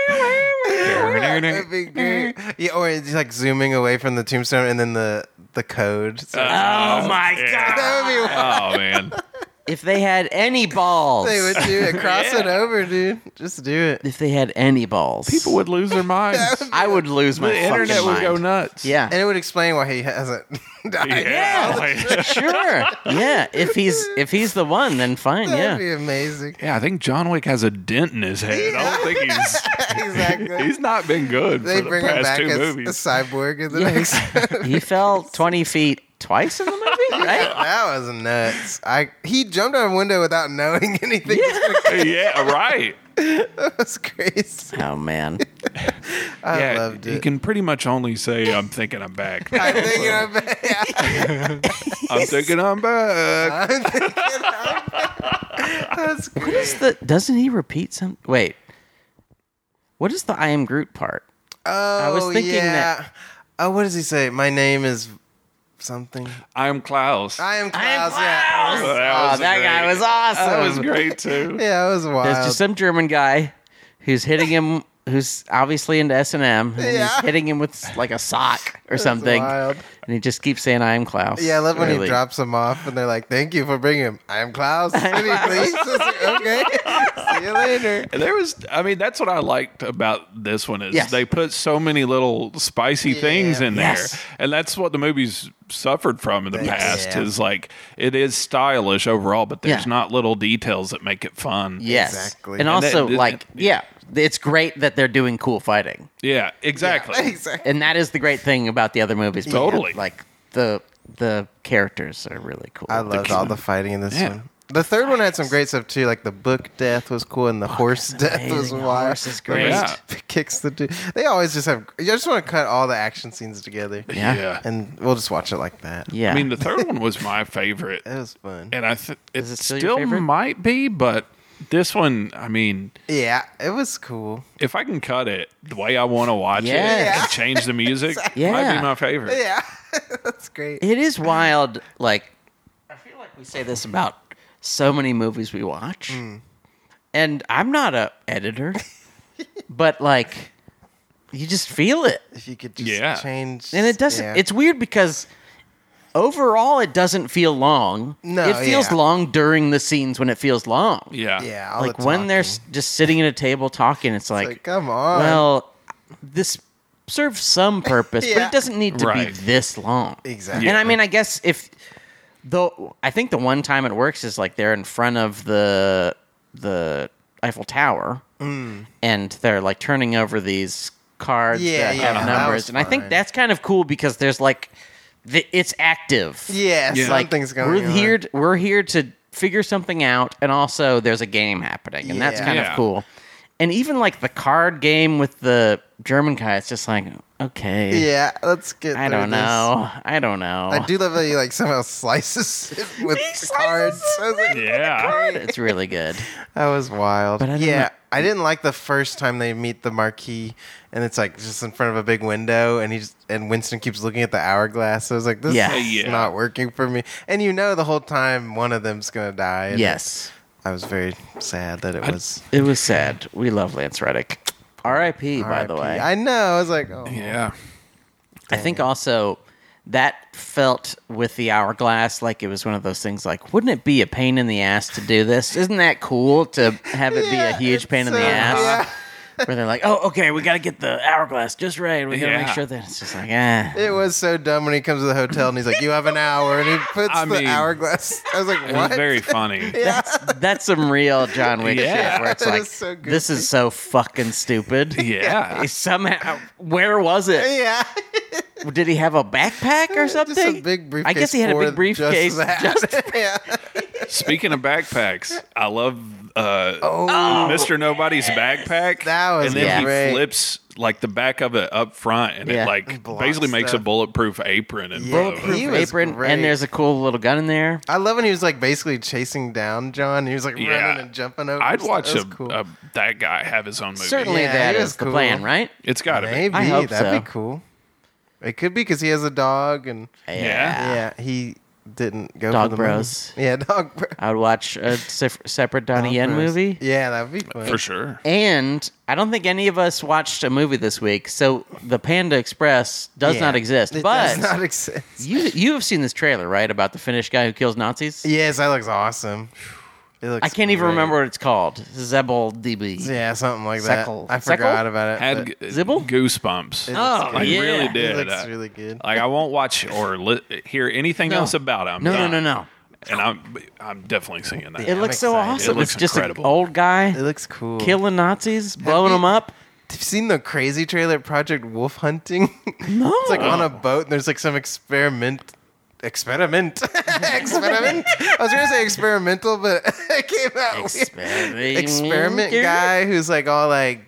S2: That'd be great. Yeah, or it's like zooming away from the tombstone and then the the code. So
S4: Ah.
S1: Oh my
S4: Yeah.
S1: god!
S2: that would be wild.
S4: Oh man,
S1: If they had any balls,
S2: They would do it. Cross it over, dude. Just do it.
S1: if they had any balls,
S4: people would lose their minds.
S1: I would lose my
S4: The internet
S1: fucking
S4: would go
S1: mind.
S4: nuts.
S1: Yeah,
S2: And it would explain why he hasn't died.
S4: yeah. like-
S1: sure. Yeah, if he's if he's the one, then fine.
S2: That'd
S1: Yeah,
S2: be amazing.
S4: yeah, I think John Wick has a dent in his head. I don't think he's
S2: Exactly.
S4: he's not been good
S2: they
S4: for the
S2: bring him
S4: past
S2: back
S4: two
S2: as
S4: movies.
S2: a cyborg in the
S1: Yeah.
S2: next. that
S1: he fell twenty feet twice in the movie, right?
S2: was nuts. I he jumped out a window without knowing anything.
S4: yeah, right.
S2: That was crazy.
S1: Oh man,
S2: I
S4: yeah,
S2: loved
S4: You
S2: it.
S4: can pretty much only say, "I'm thinking I'm back."
S2: I'm thinking I'm back.
S4: I'm thinking I'm
S2: I'm
S4: back.
S2: thinking I'm back. That's great.
S1: What's the- doesn't he repeat some? Wait, what is the I am Groot part?
S2: Oh,
S1: was thinking
S2: yeah.
S1: that-
S2: Oh, what does he say? My name is something.
S4: I'm Klaus.
S2: I am Klaus.
S1: Klaus.
S2: Yeah.
S1: Oh,
S4: was
S1: that
S4: great.
S1: guy was awesome.
S4: That was great too.
S2: Yeah, it was wild.
S1: There's just some German guy who's hitting him, who's obviously into S and M, and he's
S2: Yeah.
S1: hitting him with like a sock or something,
S2: wild.
S1: and he just keeps saying, "I am Klaus."
S2: Yeah, I love when
S1: Really.
S2: he drops them off and they're like, thank you for bringing him. I'm Klaus. City, please. It's like, okay. See you later.
S4: And There was, I mean, that's what I liked about this one is
S1: Yes.
S4: they put so many little spicy things in there,
S1: Yes.
S4: and that's what the movies suffered from in the past.
S2: Yeah.
S4: Is like it is stylish overall, but there's
S1: Yeah.
S4: not little details that make it fun.
S1: Yes.
S2: Exactly.
S1: And
S2: And
S4: that-
S1: also,
S4: th-
S1: like, yeah, it's great that they're doing cool fighting.
S4: yeah, exactly.
S2: Exactly.
S1: And that is the great thing about the other movies. but,
S4: Totally.
S1: Like, the the characters are really cool.
S2: I loved all the fighting in this
S4: Yeah.
S2: one. The third one had some great stuff too, like the book death was cool and the horse death was
S1: amazing. The
S2: wild.
S1: horse is great.
S4: Yeah.
S2: Kicks the dude. They always just have. I just want to cut all the action scenes together,
S1: Yeah.
S4: yeah.
S2: and we'll just watch it like that.
S1: Yeah.
S4: I mean, the third one was my favorite,
S2: It was fun.
S4: and I th- it,
S1: Is it still your
S4: still
S1: favorite?
S4: might be, but this one, I mean,
S2: Yeah, it was cool.
S4: if I can cut it the way I want to watch
S1: Yes.
S4: it and change the music, might
S1: Yeah.
S4: be my favorite.
S2: Yeah, that's great.
S1: It is wild. Like, I feel like we say this about so many movies we watch,
S2: Mm.
S1: and I'm not a editor, but like, you just feel it,
S2: If you could just
S4: Yeah.
S2: change,
S1: and it doesn't.
S2: yeah.
S1: It's weird because overall, it doesn't feel long.
S2: No,
S1: it feels
S2: yeah.
S1: long during the scenes when it feels long.
S4: Yeah.
S2: yeah, all
S1: like
S2: the
S1: when they're
S2: talking.
S1: s- just sitting at a table talking, it's like,
S2: like, come on.
S1: well, this serves some purpose, but
S2: Yeah.
S1: it doesn't need to be
S4: Right.
S1: this long.
S2: Exactly.
S1: And I mean, I guess if though, I think the one time it works is like they're in front of the the Eiffel Tower,
S2: Mm.
S1: and they're like turning over these cards
S2: Yeah,
S1: that
S2: yeah, Oh,
S4: that
S1: have numbers,
S2: was
S1: and I think
S2: fun.
S1: that's kind of cool because there's like the, it's active.
S2: yeah,
S4: Yeah. Like,
S2: something's going
S1: we're
S2: on.
S1: here. To, we're here to figure something out, and also there's a game happening, and that's
S2: Yeah.
S1: kind
S4: Yeah.
S1: of cool. And even like the card game with the German guy, it's just like okay.
S2: Yeah, let's get.
S1: I
S2: through
S1: don't
S2: this.
S1: know. I don't know.
S2: I do love how you like somehow slices it with
S1: Oh. He
S2: the
S1: slices
S2: cards.
S1: it
S2: I was like,
S4: Yeah.
S1: It's really good.
S2: That was wild.
S1: But I don't
S2: yeah,
S1: know-
S2: I didn't like the first time they meet the marquis, and it's like just in front of a big window, and he's and Winston keeps looking at the hourglass. So I was like, this
S1: Yeah.
S2: is
S4: Yeah.
S2: not working for me. And you know, the whole time one of them's gonna die. and
S1: Yes,
S2: I was very sad that it was.
S1: it was sad. We love Lance Reddick. R.I.P. By the
S2: RIP.
S1: way, I,
S2: I know. I was like, oh,
S4: Yeah.
S1: think also that felt with the hourglass like it was one of those things. Like, wouldn't it be a pain in the ass to do this? Isn't that cool to have it be a
S2: Yeah,
S1: huge pain in
S2: it's,
S1: the
S2: uh,
S1: ass?
S2: yeah.
S1: Where they're like, oh, okay, we got to get the hourglass just right. We got to
S4: Yeah.
S1: make sure that it's just like, ah.
S2: It was so dumb when he comes to the hotel and he's like, "You have an hour," and he puts
S4: I
S2: the
S4: mean,
S2: hourglass. I was like,
S4: It
S2: "What?"
S4: was very funny.
S1: That's that's some real John Wick
S4: Yeah.
S1: shit where it's
S2: That
S1: like
S2: is so goofy.
S1: this is so fucking stupid.
S4: Yeah.
S1: Somehow where was it?
S2: yeah,
S1: Did he have a backpack or something?
S2: just a big briefcase.
S1: I guess he had a
S2: for
S1: big briefcase.
S2: Just that.
S1: just-
S2: yeah.
S4: Speaking of backpacks, I love uh, Mr. Nobody's backpack.
S2: Oh. That was
S4: and then
S2: great.
S4: he flips like the back of it up front, and
S1: Yeah.
S4: it like
S2: blocks
S4: basically makes
S2: stuff.
S4: a bulletproof apron. And
S2: Yeah.
S4: bulletproof.
S2: He was
S1: apron,
S2: great.
S1: and there's a cool little gun in there.
S2: I love when he was like basically chasing down John. He was like
S4: Yeah.
S2: running and jumping over.
S4: I'd
S2: stuff.
S4: watch
S2: That
S4: a,
S2: was cool.
S4: a that guy have his own movie.
S1: Certainly,
S2: Yeah,
S1: that
S2: it
S1: is
S2: was
S1: the
S2: cool.
S1: plan, right?
S4: it's got to be.
S2: Maybe
S1: I hope
S2: that'd
S1: so.
S2: be cool. It could be because he has a dog and
S4: Yeah.
S2: yeah, he didn't go
S1: Dog
S2: for the
S1: Bros.
S2: Money. Yeah, dog bros.
S1: I would watch a sef- separate Donnie Yen
S2: Dog Bros.
S1: movie.
S2: Yeah, that'd be fun.
S4: for sure.
S1: And I don't think any of us watched a movie this week, so the Panda Express does
S2: Yeah.
S1: not exist.
S2: It
S1: but
S2: does not exist.
S1: you you have seen this trailer, right? About the Finnish guy who kills Nazis.
S2: Yes, that looks awesome. It looks
S1: I can't even
S2: great.
S1: remember what it's called. Zebul DB.
S2: Yeah, something like that.
S1: Seckle.
S2: I
S1: Seckle?
S2: forgot about it.
S4: Had
S2: but
S4: g-
S1: Zibble?
S4: goosebumps.
S1: Oh,
S4: Like
S1: yeah.
S4: really
S2: it
S4: did.
S2: looks
S4: I-
S2: really good.
S4: like I won't watch or li- hear anything
S1: No.
S4: else about it. I'm
S1: No, no,
S4: done.
S1: no, no.
S4: And I'm I'm definitely seeing that.
S1: It
S2: I'm
S1: looks so
S2: excited.
S1: awesome.
S4: It looks
S1: it's just
S4: incredible.
S1: an old guy
S2: It looks cool.
S1: killing Nazis, blowing
S2: you-
S1: them up.
S2: Have you seen the crazy trailer Project Wolf Hunting?
S1: No,
S2: It's like on a boat and there's like some experiment. Experiment. experiment. I was going to say experimental, but it came out weird.
S1: experiment,
S2: Experiment guy who's like all like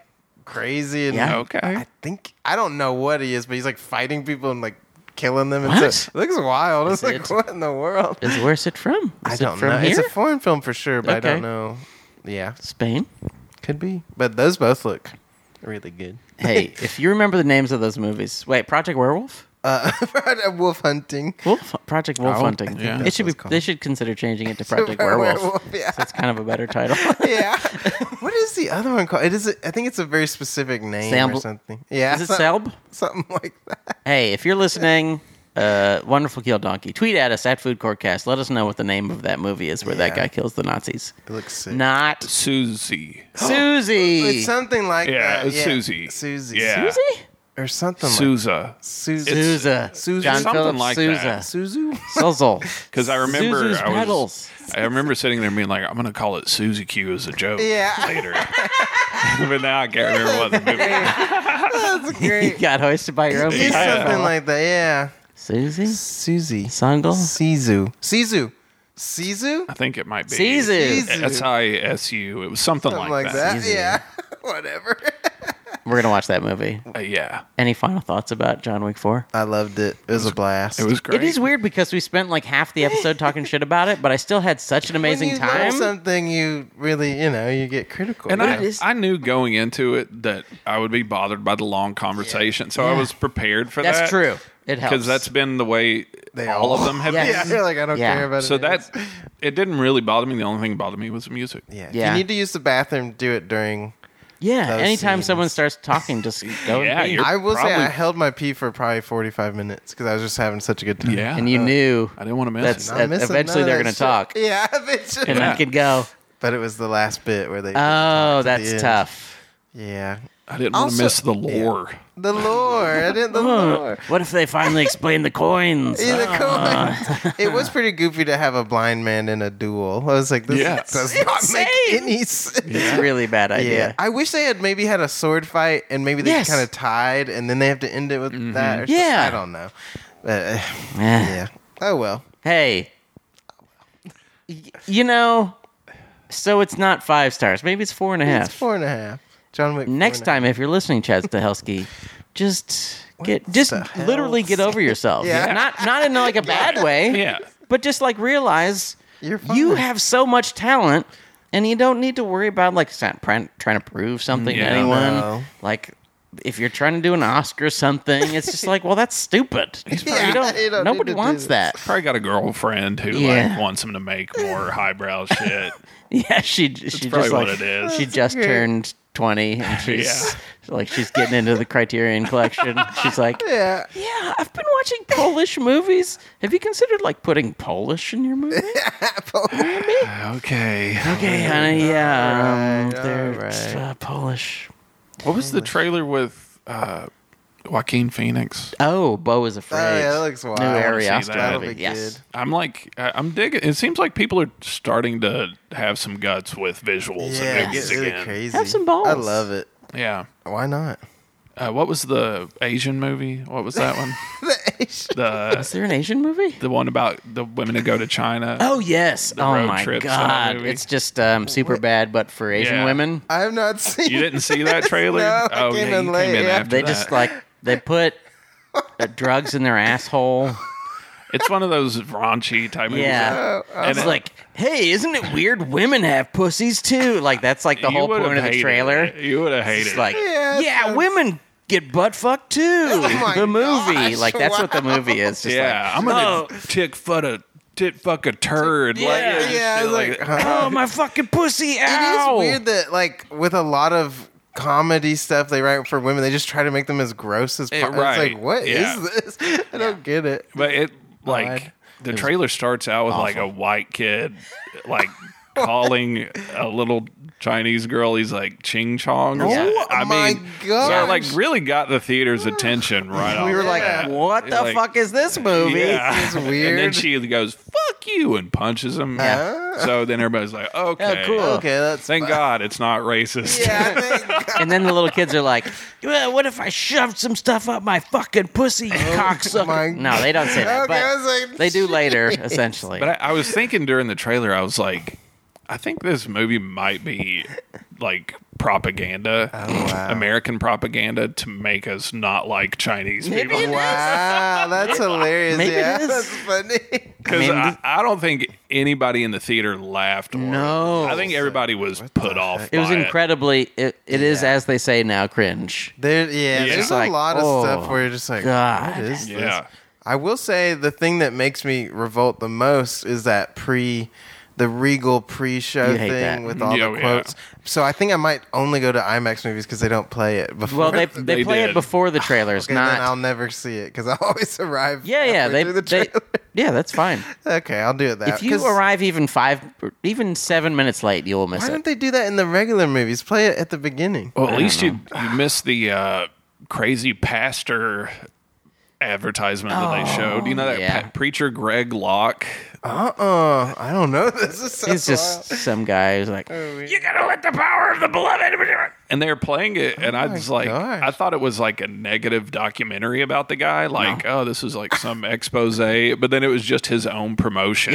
S2: crazy and
S1: Yeah.
S4: Okay.
S2: I think I don't know what he is, but he's like fighting people and like killing them.
S1: What?
S2: And so, it looks wild. It's
S1: Is
S2: like
S1: it-
S2: what in the world?
S1: Is where's it from? Is
S2: I
S1: it
S2: don't
S1: from
S2: know.
S1: Here?
S2: It's a foreign film for sure, but I
S1: Okay.
S2: don't know. Yeah,
S1: Spain.
S2: could be. But those both look really good.
S1: Hey, if you remember the names of those movies, wait, Project Werewolf,
S2: Uh, wolf hunting.
S1: Wolf, Project Wolf
S2: Oh, I
S1: Hunting.
S2: think
S4: Yeah.
S1: It
S2: that's
S1: should
S2: what
S1: be.
S2: it's called.
S1: They should consider changing it to Project Werewolf.
S2: Werewolf, yeah.
S1: That's kind of a better title.
S2: yeah. What is the other one called? It is. A, I think it's a very specific name or
S1: Samble-
S2: something. Yeah.
S1: Is it
S2: some-
S1: Selb?
S2: Something like that.
S1: Hey, if you're listening, uh, wonderful kill donkey. Tweet at us at Food Courtcast. Let us know what the name of that movie is where that
S2: Yeah.
S1: guy kills the Nazis.
S2: It looks sick.
S1: Not
S4: Susie.
S1: Susie.
S2: It's something like
S4: Yeah,
S2: that.
S4: it's Susie.
S2: Susie.
S4: Yeah.
S1: Susie.
S2: Or something like
S4: Sousa.
S2: Susie.
S1: Sousa.
S2: Sousa.
S1: John
S4: Something
S1: Philip
S4: like
S1: Sousa.
S4: that.
S2: Suzu.
S1: Suzel.
S4: Because I remember
S1: Zuzu's
S4: I was
S1: Petals.
S4: I remember sitting there being like, I'm gonna call it Susie Q as a joke
S2: Yeah.
S4: later. but now I can't remember what the movie was.
S2: That's
S1: You
S2: great.
S1: got hoisted by your own
S2: It's
S1: penis.
S2: something like that. Yeah.
S1: Susie.
S2: Susie.
S1: Sangal.
S2: Sizu. Sizu. Sizu.
S4: I think it might be
S1: Caesar.
S2: Caesar.
S4: S I S U. It was something,
S2: Something
S4: like, that.
S1: that. Easy.
S2: Yeah. Whatever.
S1: We're gonna watch that movie.
S4: Uh, yeah,
S1: Any final thoughts about John Wick Four?
S2: I loved it. It was a blast.
S4: it was great.
S1: It is weird because we spent like half the episode talking shit about it, but I still had such an amazing
S2: when you uh,
S1: time.
S2: Love something you really, you know, you get critical.
S4: And
S2: of.
S4: I, I knew going into it that I would be bothered by the long conversation, so I was prepared for
S1: that's
S4: that.
S1: true. It helps
S4: because that's been the way
S2: They
S4: all,
S2: all-
S4: of them have
S1: Yeah.
S4: been.
S2: yeah, you're like I don't
S1: Yeah.
S2: care about it.
S4: So that's it didn't really bother me. The only thing that bothered me was the music.
S2: yeah. If
S1: Yeah.
S2: you need to use the bathroom, do it during.
S1: yeah.
S2: those
S1: Anytime
S2: scenes.
S1: someone starts talking, just go.
S4: Yeah,
S1: and, pee.
S4: you're-
S2: I will say
S4: probably-
S2: I held my pee for probably 45 minutes because I was just having such a good time.
S4: uh, Yeah,
S1: and you knew
S4: I didn't want to miss
S1: That's-
S4: it.
S2: I'm
S1: Uh,
S2: missing
S1: eventually
S2: none of
S1: they're
S2: that
S1: gonna
S2: shit. Yeah, eventually.
S1: and I
S4: Yeah.
S1: could go.
S2: But it was the last bit where they.
S1: Oh, that's
S2: end.
S1: tough.
S2: yeah.
S4: I didn't want
S2: also-
S4: to miss the lore.
S2: The lore. I didn't. The lore.
S1: What if they finally explain the coins?
S2: Yeah, the coins. It was pretty goofy to have a blind man in a duel. I was like, this
S4: Yes.
S2: does not make any sense.
S1: It's a really bad
S2: Yeah.
S1: idea.
S2: I wish they had maybe had a sword fight and maybe they
S1: Yes.
S2: kind of tied and then they have to end it with that. Or something.
S1: Yeah.
S2: I don't know. Uh,
S1: Eh.
S2: yeah. Oh well.
S1: Hey, Y- you know, so it's not five stars. Maybe it's four and a half.
S2: It's four and a half. John Wick. four
S1: Next
S2: and a half.
S1: time, if you're listening, Chad Stahelski, just get just
S2: the hell?
S1: literally get over yourself.
S2: Yeah.
S1: Not not in like a bad way.
S4: Yeah,
S1: But just like realize
S2: You're
S1: you
S2: fine.
S1: have so much talent. And you don't need to worry about like sa- pr- trying to prove something
S4: Yeah.
S1: to anyone.
S2: No.
S1: Like if you're trying to do an Oscar or something, it's just like, well, that's stupid.
S2: Yeah,
S1: you don't,
S2: you don't need
S1: nobody
S2: to do
S1: wants
S2: this.
S1: that.
S4: probably got a girlfriend who
S1: Yeah.
S4: like wants him to make more highbrow shit.
S1: Yeah, she she
S4: probably
S1: just like
S4: what it is.
S1: she just
S2: great.
S1: turned twenty, and she's like she's getting into the Criterion Collection. She's like,
S2: Yeah.
S1: yeah, I've been watching Polish movies. Have you considered like putting Polish in your movie?
S4: Okay,
S1: okay, honey, yeah, um,
S2: Alright,
S1: they're
S2: alright.
S1: uh, Polish.
S4: what was the trailer with uh, Joaquin Phoenix?
S1: Oh, Bo is
S2: Oh
S1: afraid.
S2: yeah, that looks wild.
S1: New Ari
S4: see that.
S1: Aster
S2: That'll
S1: movie.
S2: be
S1: Yes,
S2: good.
S4: I'm like, I- I'm digging. It seems like people are starting to have some guts with visuals
S2: Yeah,
S4: and
S2: it
S4: movies
S2: gets really
S4: again.
S2: crazy.
S1: Have some balls.
S2: I love it.
S4: Yeah.
S2: Why not?
S4: Uh, what was the Asian movie? What was that one?
S1: is
S4: the
S1: there an Asian movie?
S4: the one about the women who go to China.
S1: Oh yes! Oh
S4: road
S1: my
S4: trips in that
S1: god!
S4: movie.
S1: It's just um, super bad, but for Asian
S4: Yeah.
S1: women,
S2: I have not seen.
S4: You didn't see that trailer?
S2: No, I
S4: oh,
S2: came
S4: yeah,
S2: in
S4: you
S2: late,
S4: came in
S2: yeah.
S4: after
S1: they
S4: that.
S1: just like they put uh, drugs in their asshole.
S4: It's one of those raunchy type movies.
S1: Yeah.
S4: And
S1: it's
S4: it-
S1: like, hey, isn't it weird women have pussies too? Like that's like the
S4: You
S1: whole
S4: would've
S1: point of the
S4: hated
S1: trailer.
S4: it. You would have hated
S1: It's
S4: it.
S1: like, yeah,
S2: Yeah, it sounds- Oh
S1: women get butt fucked too.
S2: my
S1: the movie,
S2: gosh,
S1: like that's what the movie is. Just
S4: yeah, I'm gonna tick fuck a tit fuck a turd. Like,
S1: oh. Yeah.
S4: it's
S2: Yeah,
S4: just
S2: like,
S1: like, oh my fucking pussy! Ow.
S2: It is weird that like with a lot of comedy stuff they write for women, they just try to make them as gross as
S4: Eh,
S2: possible. It's
S4: right.
S2: like, what is
S4: Yeah.
S2: this? I don't get it.
S4: But it like
S2: God.
S4: the trailer starts out with like a white kid like calling a little Chinese girl. He's like Ching Chong. Or
S2: Oh
S4: something. I
S2: my
S4: mean,
S2: gosh.
S4: so it, like really got the theater's attention right off.
S1: We were
S4: the
S1: like,
S4: bat.
S1: what the
S4: Like,
S1: fuck is this movie?
S4: Yeah.
S2: It's
S4: And then
S2: weird.
S4: she goes, "Fuck you," and punches him.
S2: Yeah.
S4: So then everybody's like, "Okay,
S1: Oh, cool.
S2: Okay, that's
S4: Thank God it's not racist."
S2: yeah. I think-
S1: And then the little kids are like, well, what if I shoved some stuff up my fucking pussy, you
S2: Oh my
S1: cocksucker? No, they don't say that.
S2: Okay,
S1: but
S2: I was like,
S1: they do later, essentially.
S4: But I, I was thinking during the trailer, I was like, I think this movie might be like propaganda,
S1: Oh,
S2: wow.
S4: American propaganda to make us not like Chinese
S1: Maybe
S4: people.
S1: it-
S2: Wow, that's hilarious.
S1: Maybe it
S2: yeah,
S1: is.
S2: that's funny.
S4: Because
S1: I mean,
S4: I, I don't think anybody in the theater laughed. Or,
S1: No.
S4: I think everybody was put off.
S1: It was
S4: by
S1: incredibly. It, it is
S2: Yeah.
S1: as they say now, cringe.
S2: There, yeah,
S4: Yeah.
S2: there's
S4: It's
S2: a
S1: like,
S2: lot of stuff
S1: oh,
S2: where you're just like,
S1: God.
S2: what is this?
S4: Yeah.
S2: I will say the thing that makes me revolt the most is that pre, the Regal pre-show
S1: You hate that.
S2: thing with all
S4: Yeah,
S2: the
S4: Mm-hmm. Oh, yeah.
S2: quotes. So I think I might only go to IMAX movies because they don't play it before.
S1: Well, they
S2: okay,
S1: they,
S4: They
S1: play it
S4: did.
S1: before the trailers,
S2: then I'll
S1: not.
S2: never see it because I always arrive.
S1: yeah, yeah,
S2: halfway
S1: they,
S2: through the
S1: they
S2: trailer.
S1: yeah, that's fine.
S2: okay, I'll do it that.
S1: If you
S2: 'cause
S1: arrive even five, or even seven minutes late, you will miss
S2: why
S1: it.
S2: don't they do that in the regular movies? Play it at the beginning.
S4: Well, at least you, you missed the uh, crazy pastor advertisement that they showed. You know that
S1: Oh, yeah.
S4: pa- preacher Greg Locke?
S2: Uh uh I don't know. This is so
S1: It's just some guy who's like,
S4: You gotta let the power of the beloved. And they're playing it, and I was like,
S2: gosh.
S4: I thought it was like a negative documentary about the guy, like, oh, this is like some expose, but then it was just his own promotion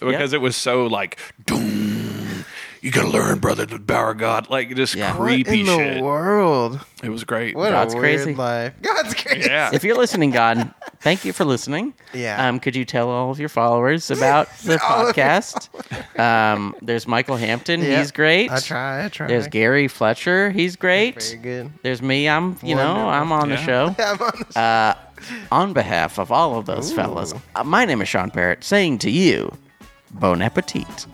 S4: because it was so like, doom. you gotta learn, brother, the power of God. Like just
S1: Yeah. What
S4: creepy
S2: what in
S4: shit.
S2: the world?
S4: It was great.
S2: What
S1: God's
S2: a weird
S1: crazy.
S2: life. God's crazy.
S4: Yeah.
S1: If you're listening, God, thank you for listening.
S2: Yeah.
S1: Um, could you tell all of your followers about the
S2: All of your
S1: podcast? Um, there's Michael Hampton.
S2: Yeah.
S1: He's great.
S2: I try. I try.
S1: There's Gary Fletcher. He's
S2: Very
S1: great.
S2: good.
S1: There's me. I'm, you know,
S2: Wonderful.
S1: I'm on the
S4: Yeah.
S1: show.
S2: Yeah, I'm on the
S1: Uh, on behalf of all of those fellas, uh, my name is Sean Parrott saying to you, bon appetit.